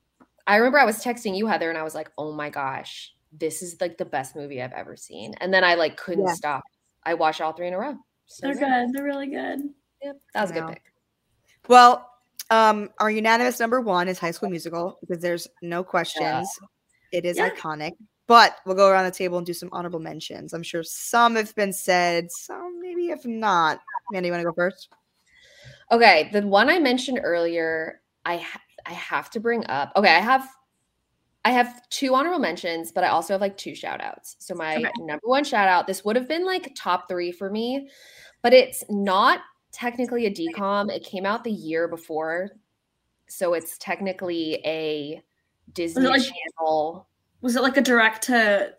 C: I remember I was texting you, Heather, and I was like, "Oh my gosh, this is like the best movie I've ever seen." And then I like couldn't
A: Yeah.
C: stop. I watched all three in a row. So
B: They're
C: yeah,
B: good. They're really good.
C: Yep, that was a good
A: Wow.
C: pick.
A: Well, um, our unanimous number one is High School Musical because there's no questions. It is
B: Yeah.
A: iconic. But we'll go around the table and do some honorable mentions. I'm sure some have been said, some maybe if not. Mandy, you want to go first?
C: Okay, the one I mentioned earlier, I ha- I have to bring up. Okay, I have I have two honorable mentions, but I also have like two shout outs. So my
B: Okay.
C: number one shout out, this would have been like top 3 for me, but it's not technically a decom. It came out the year before. So it's technically a Disney
B: like-
C: Channel.
B: Was it like a direct to?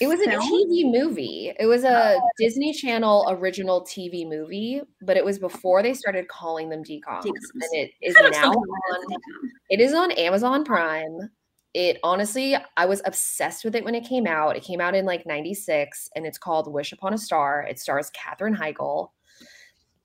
C: It was a
B: film? Oh.
C: TV movie. It was a Disney Channel original TV movie, but it was before they started calling them decoms. And
B: Decoms.
C: it is
B: Kind of
C: now
B: something like
C: on
B: that.
C: It is on Amazon Prime. It honestly, I was obsessed with it when it came out. It came out in like 96 and it's called Wish Upon a Star. It stars Katherine Heigl.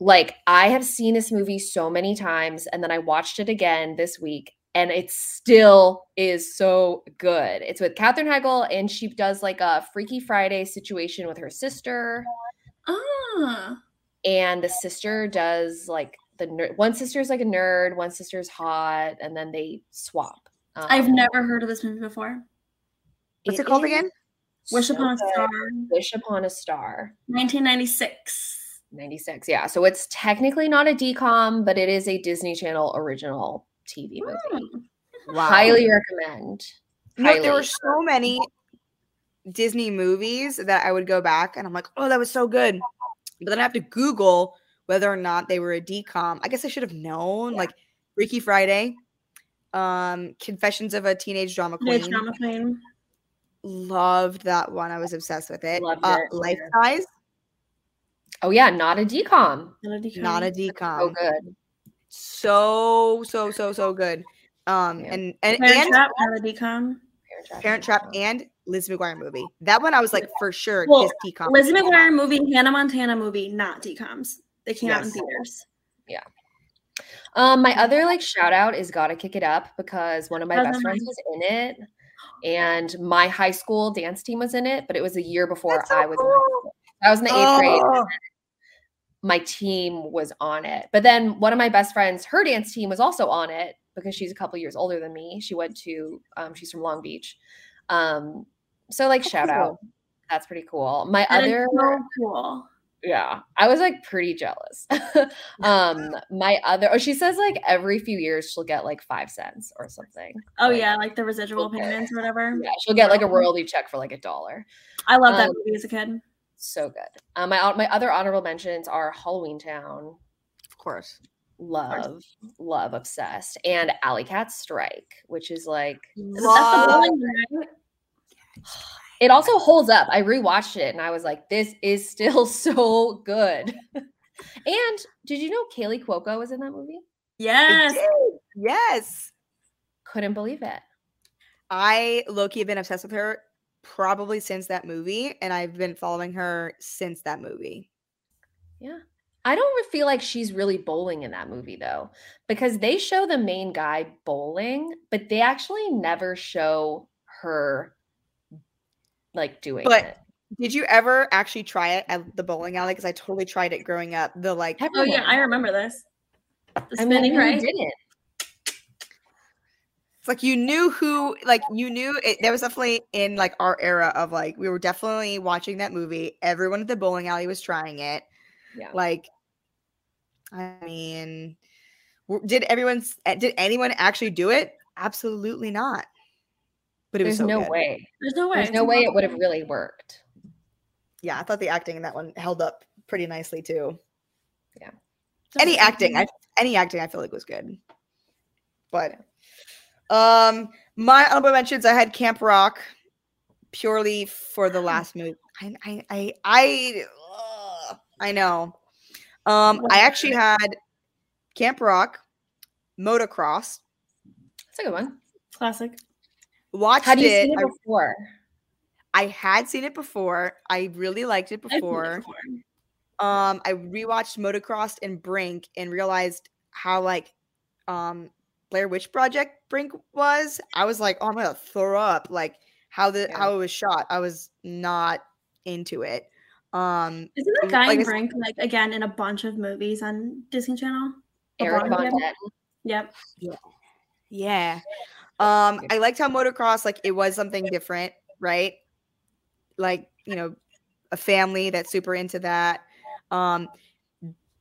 C: Like, I have seen this movie so many times and then I watched it again this week and it still is so good. It's with Katherine Heigl and she does like a Freaky Friday situation with her sister
B: Ah,
C: and the sister does like the nerd. One sister's like a nerd, one sister's hot, and then they swap. Um,
B: I've never heard of this movie before.
A: What's it called
C: is
A: again?
B: Wish
C: so
B: Upon a
C: good.
B: Star,
C: Wish Upon a Star.
B: 1996.
C: 96. Yeah. So it's technically not a DCOM, but it is a Disney Channel original TV movie.
B: Hmm.
A: Oh, Wow.
C: Highly recommend.
A: You know, there
C: highly.
A: were so many Disney movies that I would go back and I'm like, oh, that was so good. But then I have to Google whether or not they were a decom. I guess I should have known.
C: Yeah.
A: Like Freaky Friday, um, Confessions of a Teenage Drama Queen.
B: Teenage Drama Queen.
A: Loved that one. I was obsessed with it.
C: Loved
A: uh,
C: it, yeah.
A: Life Size,
C: Oh yeah, not a DCOM.
B: Melody
A: not a
B: County.
A: decom.
C: Oh good.
A: So so so so good. Um,
C: Yeah.
A: and and
B: Parent
A: and
B: Trap, not a decom.
A: Parent Trap and Liz McGuire movie. That one I was like for sure
B: Well,
A: is decom.
B: Lizzie McGuire movie, Hannah Montana movie, not decoms. They came out in
A: Yes.
B: theaters.
C: Um, my other like shout out is gotta kick it up because one of my
B: That's
C: best friends
B: amazing.
C: was in it, and my high school dance team was in it, but it was a year before
A: That's so
C: I was. In high
A: cool.
C: school. I was in the eighth grade.
A: Oh.
C: My team was on it, but then one of my best friends, her dance team was also on it because she's a couple years older than me. She went to, um, she's from Long Beach, um, so like shout
A: cool.
C: out. That's pretty cool. My
B: That is
C: other
B: so cool.
C: yeah i was like pretty jealous *laughs* um my other oh she says like every few years she'll get like five cents or something
B: Oh
C: Like,
B: yeah, like the residual
C: Okay.
B: payments or whatever.
C: yeah she'll get like a royalty check for like a dollar
B: I love that
C: Um,
B: movie as a kid.
C: so good um my, my other honorable mentions are halloween town
A: Of course.
C: love love obsessed and alley cat strike which is like
B: Is that the
A: Love-
B: bowling right?
C: it also holds up i rewatched it and i was like this is still *laughs* so good and did you know kaylee cuoco was in that movie
A: I
B: Yes.
A: did. Yes.
C: couldn't believe it
A: I Loki have been obsessed with her probably since that movie, and I've been following her since that movie.
C: I don't re- feel like she's really bowling in that movie though, because they show the main guy bowling, but they actually never show her like doing
A: But
C: it.
A: Did you ever actually try it at the bowling alley? Because I totally tried it growing up. The like,
B: Oh yeah, I
C: Everyone.
B: remember this. The
C: I mean,
B: spinning,
C: who
B: right?
C: Didn't.
A: it's like you knew who, like you knew it. That was definitely in like our era of like we were definitely watching that movie. Everyone at the bowling alley was trying it.
C: Yeah.
A: Like, I mean, w- did everyone? s- uh, Did anyone actually do it? Absolutely not. But it
C: There's
A: was so
C: no
A: good.
C: way.
B: There's no way.
C: There's no way it would have really worked.
A: yeah, I thought the acting in that one held up pretty nicely too.
C: Doesn't-
A: Any acting, I any acting, I feel like was good. But um, my honorable mentions, I had Camp Rock purely for the last movie. I I I I, ugh, I know. Um, I actually had Camp Rock, Motocross.
C: That's a good one.
B: Classic.
A: Watched
C: Had you
A: it.
C: seen it
A: I-
C: before?
A: I, had seen it before. I really liked it
B: I've seen it
A: before.
B: before.
A: um i rewatched motocross and brink and realized how like um blair witch project brink was i was like oh i'm gonna throw up like how the
C: Yeah.
A: how it was shot i was not into it um
B: Isn't that
A: Mm, like
B: guy
A: I
B: in
A: said-
B: Brink like again in a bunch of movies on Disney Channel? The
C: Eric
B: blonde
C: Von
B: kid? Yep.
A: yeah um
C: Yeah.
A: i liked how motocross like it was something different right like you know a family that's super into that um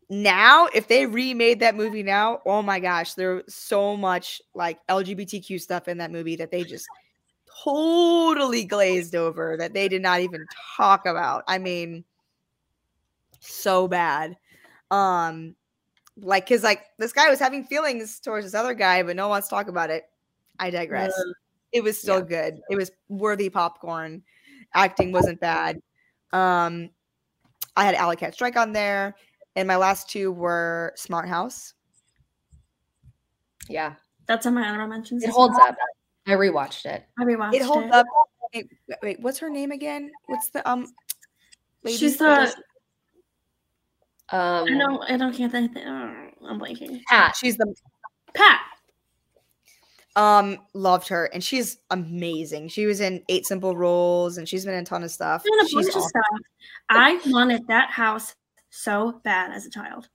A: now if they remade that movie now oh my gosh there's so much like lgbtq stuff in that movie that they just totally glazed over that they did not even talk about i mean so bad um like because like this guy was having feelings towards this other guy but no one wants to talk about it i digress it was still
C: Yeah.
A: good. It was worthy popcorn. Acting wasn't bad. Um, I had Alley Cat Strike on there, and my last two were Smart House.
C: Yeah.
B: That's on my honorable mentions.
C: It
B: as
C: holds
B: well.
C: up. I rewatched it.
B: I rewatched
A: it holds up. Wait, wait, wait, what's her name again? What's the um? lady
B: She's
A: that
B: the
A: does-
C: Um
B: I don't I don't can't think oh, I'm blanking.
C: Pat.
A: she's the
B: Pat.
A: um loved her, and she's amazing. She was in Eight Simple Rules, and she's been in a ton of stuff.
B: I'm in a
A: She's
B: bunch of
A: awesome.
B: stuff. I wanted that house so bad as a child.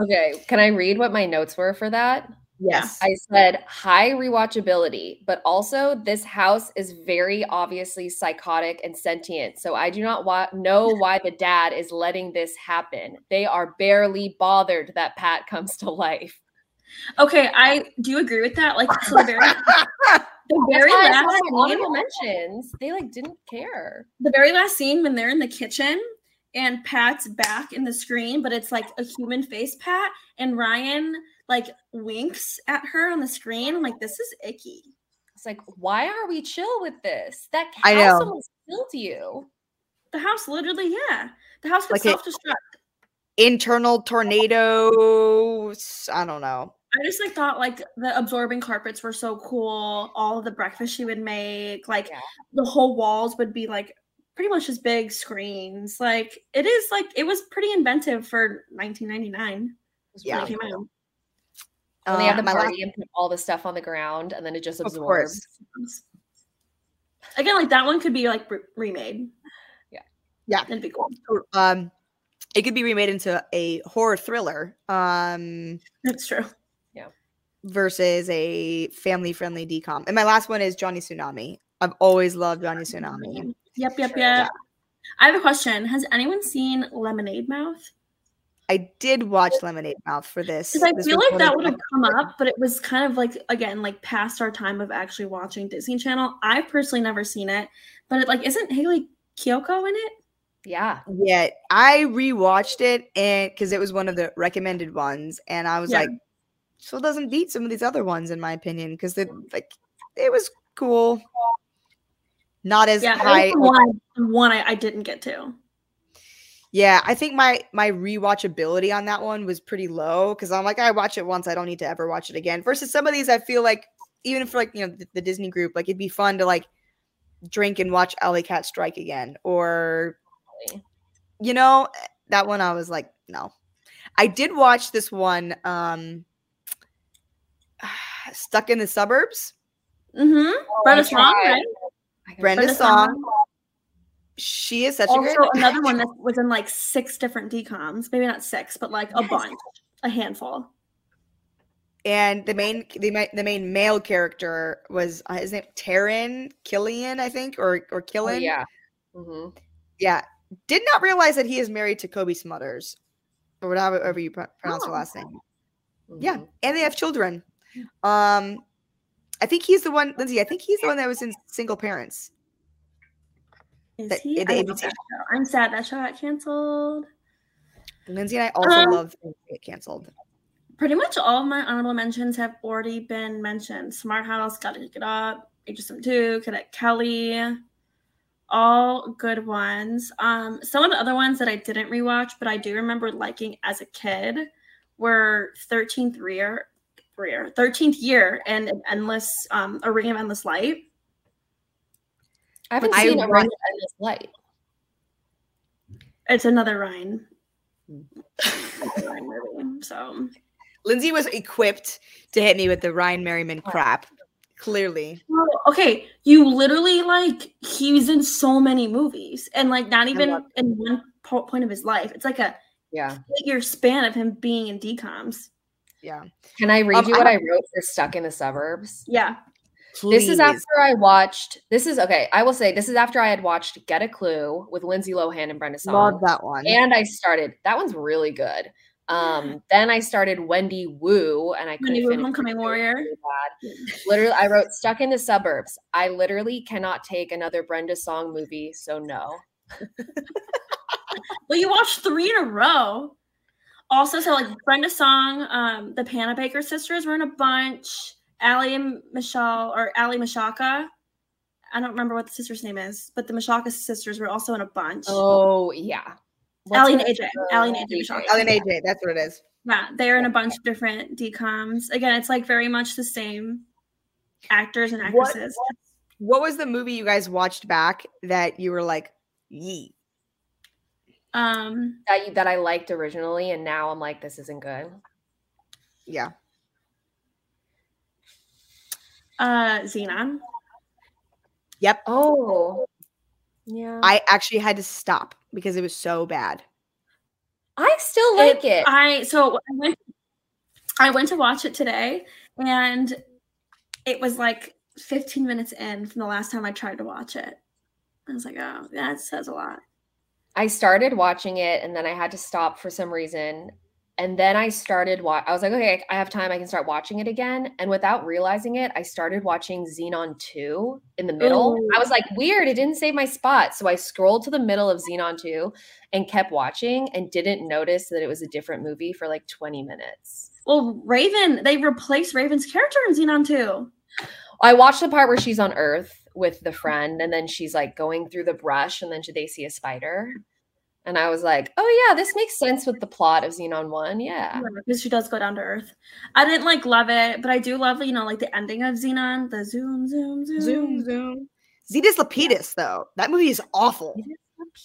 C: Okay, can I read what my notes were for that?
A: Yes.
C: I said high rewatchability, but also this house is very obviously psychotic and sentient. So I do not wa-
B: *laughs*
C: know why the dad is letting this happen. They are barely bothered that Pat comes to life.
B: Okay, I do agree with that. Like so the very the
C: That's
B: very
C: why I
B: last
C: said honorable
B: scene-
C: mentions. They like didn't care.
B: the very last scene when they're in the kitchen and Pat's back in the screen, but it's like a human face Pat, and Ryan like winks at her on the screen. I'm like, this is icky.
C: It's like, why are we chill with this? That house
A: I know.
C: almost killed you.
B: The house literally, yeah. The house could
A: Like it-
B: self destruct.
A: *laughs* Internal tornadoes. I don't know.
B: I just like thought like the absorbing carpets were so cool. All of the breakfast she would make, like
C: Yeah.
B: the whole walls would be like pretty much just big screens. Like it is like it was pretty inventive for 1999
C: It's
B: when
A: Yeah.
B: it came out.
C: When they have
A: Um, my
C: the party and put all the stuff on the ground and then it just
A: last, of
C: absorbs.
A: course.
B: Again, like that one could be like re- remade.
C: Yeah.
A: Yeah.
B: It'd be cool.
A: Um, it could be remade into a horror thriller. Um,
B: That's true.
A: versus a family friendly decom. And my last one is Johnny Tsunami. I've always loved Johnny Tsunami.
B: Yep, yep,
C: Sure.
B: yep. I have a question. Has anyone seen Lemonade Mouth?
A: I did watch Lemonade Mouth for this.
B: Because I
A: This
B: feel
A: was
B: like
A: one of my
B: that would have come
A: favorite.
B: up, but it was kind of like again like past our time of actually watching Disney Channel. I've personally never seen it, but it like isn't Haley Kyoko in it?
C: Yeah.
A: Yeah, I rewatched it and because it was one of the recommended ones, and I was
B: Yeah.
A: like, "So it doesn't beat some of these other ones in my opinion because they like it was cool, not as
B: Yeah,
A: high."
B: that was the one, the one I, I didn't get to.
A: Yeah, I think my my rewatchability on that one was pretty low because I'm like I watch it once, I don't need to ever watch it again. Versus some of these, I feel like even for like you know the, the Disney group, like it'd be fun to like drink and watch Alley Cat Strike again, or you know that one I was like no. I did watch this one, um *sighs* Stuck in the Suburbs.
B: Mm-hmm.
A: Oh
B: Brenda's
C: I
B: wrong,
C: tried.
B: right?
C: I
A: Brenda
B: Brenda's
A: Song. She is such a
B: Also,
A: great.
B: another one that was in like six different decoms. Maybe not six, but like a
C: Yes.
B: bunch, a handful.
A: and the main the, ma- the main male character was uh, his name Taryn Killian, I think, or or
C: Oh,
A: Killian.
C: yeah. hmm
A: yeah. Did not realize that he is married to Kobe Smutters, or whatever however you pro- pronounce the
B: Oh,
A: last name. Yeah,
C: mm-hmm.
A: and they have children. Um, I think he's the one, Lindsay. I think he's the one that was in Single Parents.
B: Is
A: The-
B: he?
A: the
B: I love
A: ABC.
B: that show. I'm sad that show got canceled.
A: Lindsay and I also
B: Um,
A: love things that get canceled. *laughs*
B: Pretty much all of my honorable mentions have already been mentioned. Smart House, Gotta Look It Up, HSM2, Cadet Kelly, all good ones. Um, some of the other ones that I didn't rewatch, but I do remember liking as a kid were 13th Year, Rear, 13th Year, and an Endless, um, A Ring of Endless Light.
C: I haven't
A: I
C: seen a
A: wa-
C: ring in this light.
B: It's another Ryan. Another Ryan movie, so
A: Lindsay was equipped to hit me with the Ryan Merriman crap. Clearly,
B: Well, okay, you literally like he was in so many movies, and like not even
A: love
B: in one po- point of his life. It's like a
C: Yeah.
B: eight-year span of him being in decoms.
A: yeah.
C: Can I read
A: Um,
C: you
A: I
C: what I wrote for Stuck in the Suburbs?
B: Yeah,
C: This is
A: Please.
C: after I watched. This is okay. I will say this is after I had watched Get a Clue with Lindsay Lohan and Brenda Song.
A: love that one.
C: and I started that one's really good. Um, then I started Wendy Wu, and I
B: Wendy
C: couldn't
B: Wu,
C: finish
B: Homecoming
C: it. It was
B: Warrior.
C: really bad. Literally, I wrote "Stuck in the Suburbs." I literally cannot take another Brenda Song movie, so no.
B: well, you watched three in a row. Also, so like Brenda Song, um, the Panabaker sisters were in a bunch. Allie and Michelle, or Allie Mashaka. I don't remember what the sister's name is, but the Mashaka sisters were also in a bunch.
C: Oh yeah,
B: Allie and
C: her-
B: AJ. Allie and
C: uh,
B: AJ Mashaka.
A: Ellen AJ, that's what it is.
B: Yeah, they're in a bunch of different decoms. Again, it's like very much the same actors and
A: What-
B: actresses.
A: What was the movie you guys watched back that you were like, yee?
B: Um,
C: that you, that I liked originally, and now I'm like, this isn't good.
A: Yeah.
B: uh, Xenon.
A: Yep.
C: Oh, yeah.
A: I actually had to stop because it was so bad.
C: I still like it.
B: I so I went I went to watch it today and it was like 15 minutes in from the last time I tried to watch it. I was like, oh, that says a lot.
C: I started watching it and then I had to stop for some reason. And then I started watch. I was like, okay, I have time. I can start watching it again. And without realizing it, I started watching Xenon 2 in the middle.
B: Ooh.
C: I was like, weird. It didn't save my spot. So I scrolled to the middle of Xenon 2 and kept watching and didn't notice that it was a different movie for like 20 minutes.
B: Well, Raven, they replaced Raven's character in Xenon 2.
C: I watched the part where she's on Earth with the friend, and then she's like going through the brush, and then she- they see a spider. And I was like, oh, yeah, this makes sense with the plot of Xenon 1. Yeah.
B: Because she does go down to Earth. I didn't like love it, but I do love, you know, like the ending of Xenon, the zoom, zoom, zoom.
A: Zoom, zoom. Zetas Lapidus, though. That movie is awful.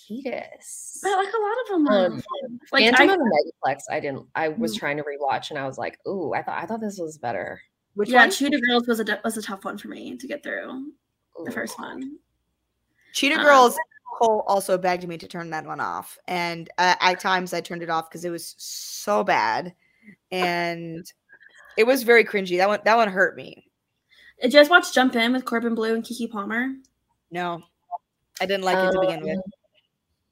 C: Petus.
B: But like a lot of them are.
C: Um,
B: like
C: Phantom
B: I,
C: of the Megaplex, I Mm-hmm. didn't, I was trying to rewatch, and I was like, ooh, I thought, I thought this was better.
A: Which
B: yeah,
A: one?
B: Cheetah Girls was a d- was a tough one for me to get through. The
C: Ooh.
B: first one.
A: Cheetah
B: Um,
A: Girls. Cole also begged me to turn that one off, and uh, at times I turned it off because it was so bad, and it was very cringy. That one that one hurt me.
B: Did you guys watch Jump In with Corbin Blue and Kiki Palmer?
A: No, I didn't like it to begin with.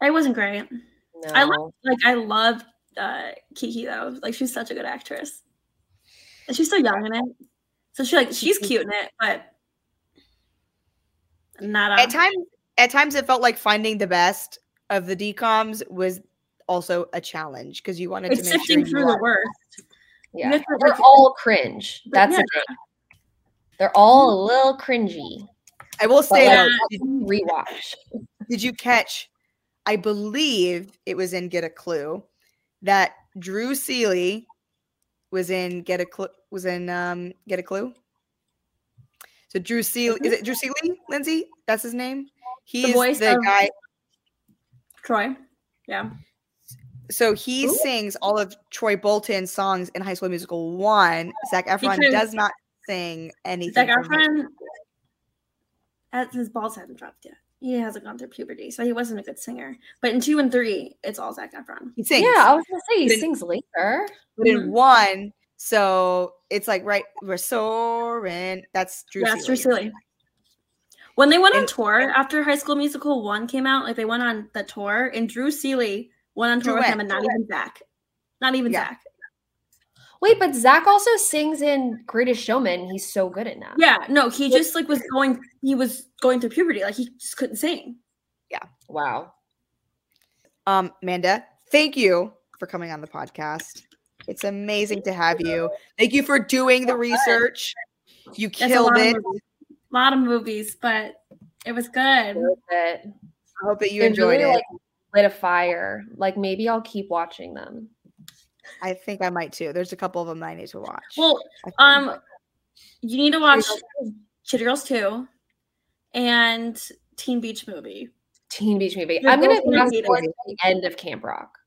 B: It wasn't great.
C: Um, No.
B: I like- Like I love uh, Kiki though. Like she's such a good actress. And she's so young in it. So she like she's cute in it, but not uh,
A: At times, at times it felt like finding the best of the DComs was also a challenge because you wanted
B: It's
A: to make sure you
B: sifting through the
A: liked-
B: worst.
C: yeah.
B: have to,
C: They're
B: like-
C: all cringe.
B: But
C: That's
B: yeah.
C: the thing. They're all a little cringy.
A: I will
C: But
A: say
C: yeah.
A: though,
C: like, rewatch.
A: Did you catch? I believe it was in Get a Clue that Drew Seeley was in Get a Clue was in um Get a Clue. So Drew Seeley is it Drew Seeley, Lindsay? That's his name. He's the,
B: Mm-hmm. voice of-
A: guy.
B: Troy. Yeah.
A: So he
C: Ooh.
A: sings all of Troy Bolton's songs in High School Musical One. Zach Efron
B: Because-
A: does not sing anything.
B: Zac
A: from High-
B: Efron, as his balls haven't dropped yet. He hasn't gone through puberty, so he wasn't a good singer. But in two and three, it's all Zac Efron.
A: He sings.
C: Yeah, I was gonna say he
A: But it-
C: sings later.
A: but in
B: Mhm.
A: one, so it's like right we're soaring. That's Drew.
B: That's true,
A: Seeley.
B: silly. When they went on
A: And-
B: tour after High School Musical one came out, like they went on the tour, and Drew Seeley went on tour with
A: Duet,
B: him, and not even Zach, not even
A: Yeah.
B: Zach.
C: Wait, but Zach also sings in Greatest Showman. He's so good at that.
B: Yeah, no, he just like was going, he was going through puberty, like he just couldn't sing.
C: Wow.
A: Um, Amanda, thank you for coming on the podcast. It's amazing to have you. Thank you for doing the research. You
B: That's
A: killed
B: a lot
A: it.
B: of movies, lot of movies, but it was good.
C: It,
A: I hope that you
C: it
A: enjoyed
C: really,
A: it.
C: Like, lit a fire. Like maybe I'll keep watching them.
A: I think I might too. There's a couple of them I need to watch.
B: Well,
A: I think-
B: um, you need to watch
C: Girls
B: Chitty Girls two, and Teen Beach Movie.
C: Teen Beach Movie.
B: They're
C: I'm gonna
B: both really
C: fast
B: good
C: forward to the end of Camp Rock.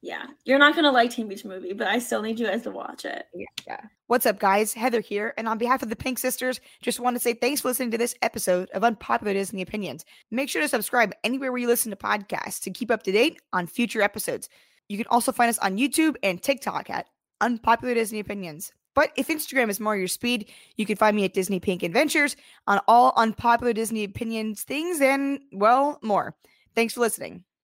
B: Yeah, you're not gonna like Teen Beach Movie, but I still need you guys to watch it.
C: Yeah, yeah.
A: What's up, guys? Heather here. And on behalf of the Pink Sisters, just want to say thanks for listening to this episode of Unpopular Disney Opinions. Make sure to subscribe anywhere where you listen to podcasts to keep up to date on future episodes. You can also find us on YouTube and TikTok at Unpopular Disney Opinions. But if Instagram is more your speed, you can find me at Disney Pink Adventures on all unpopular Disney opinions things and, well, more. Thanks for listening.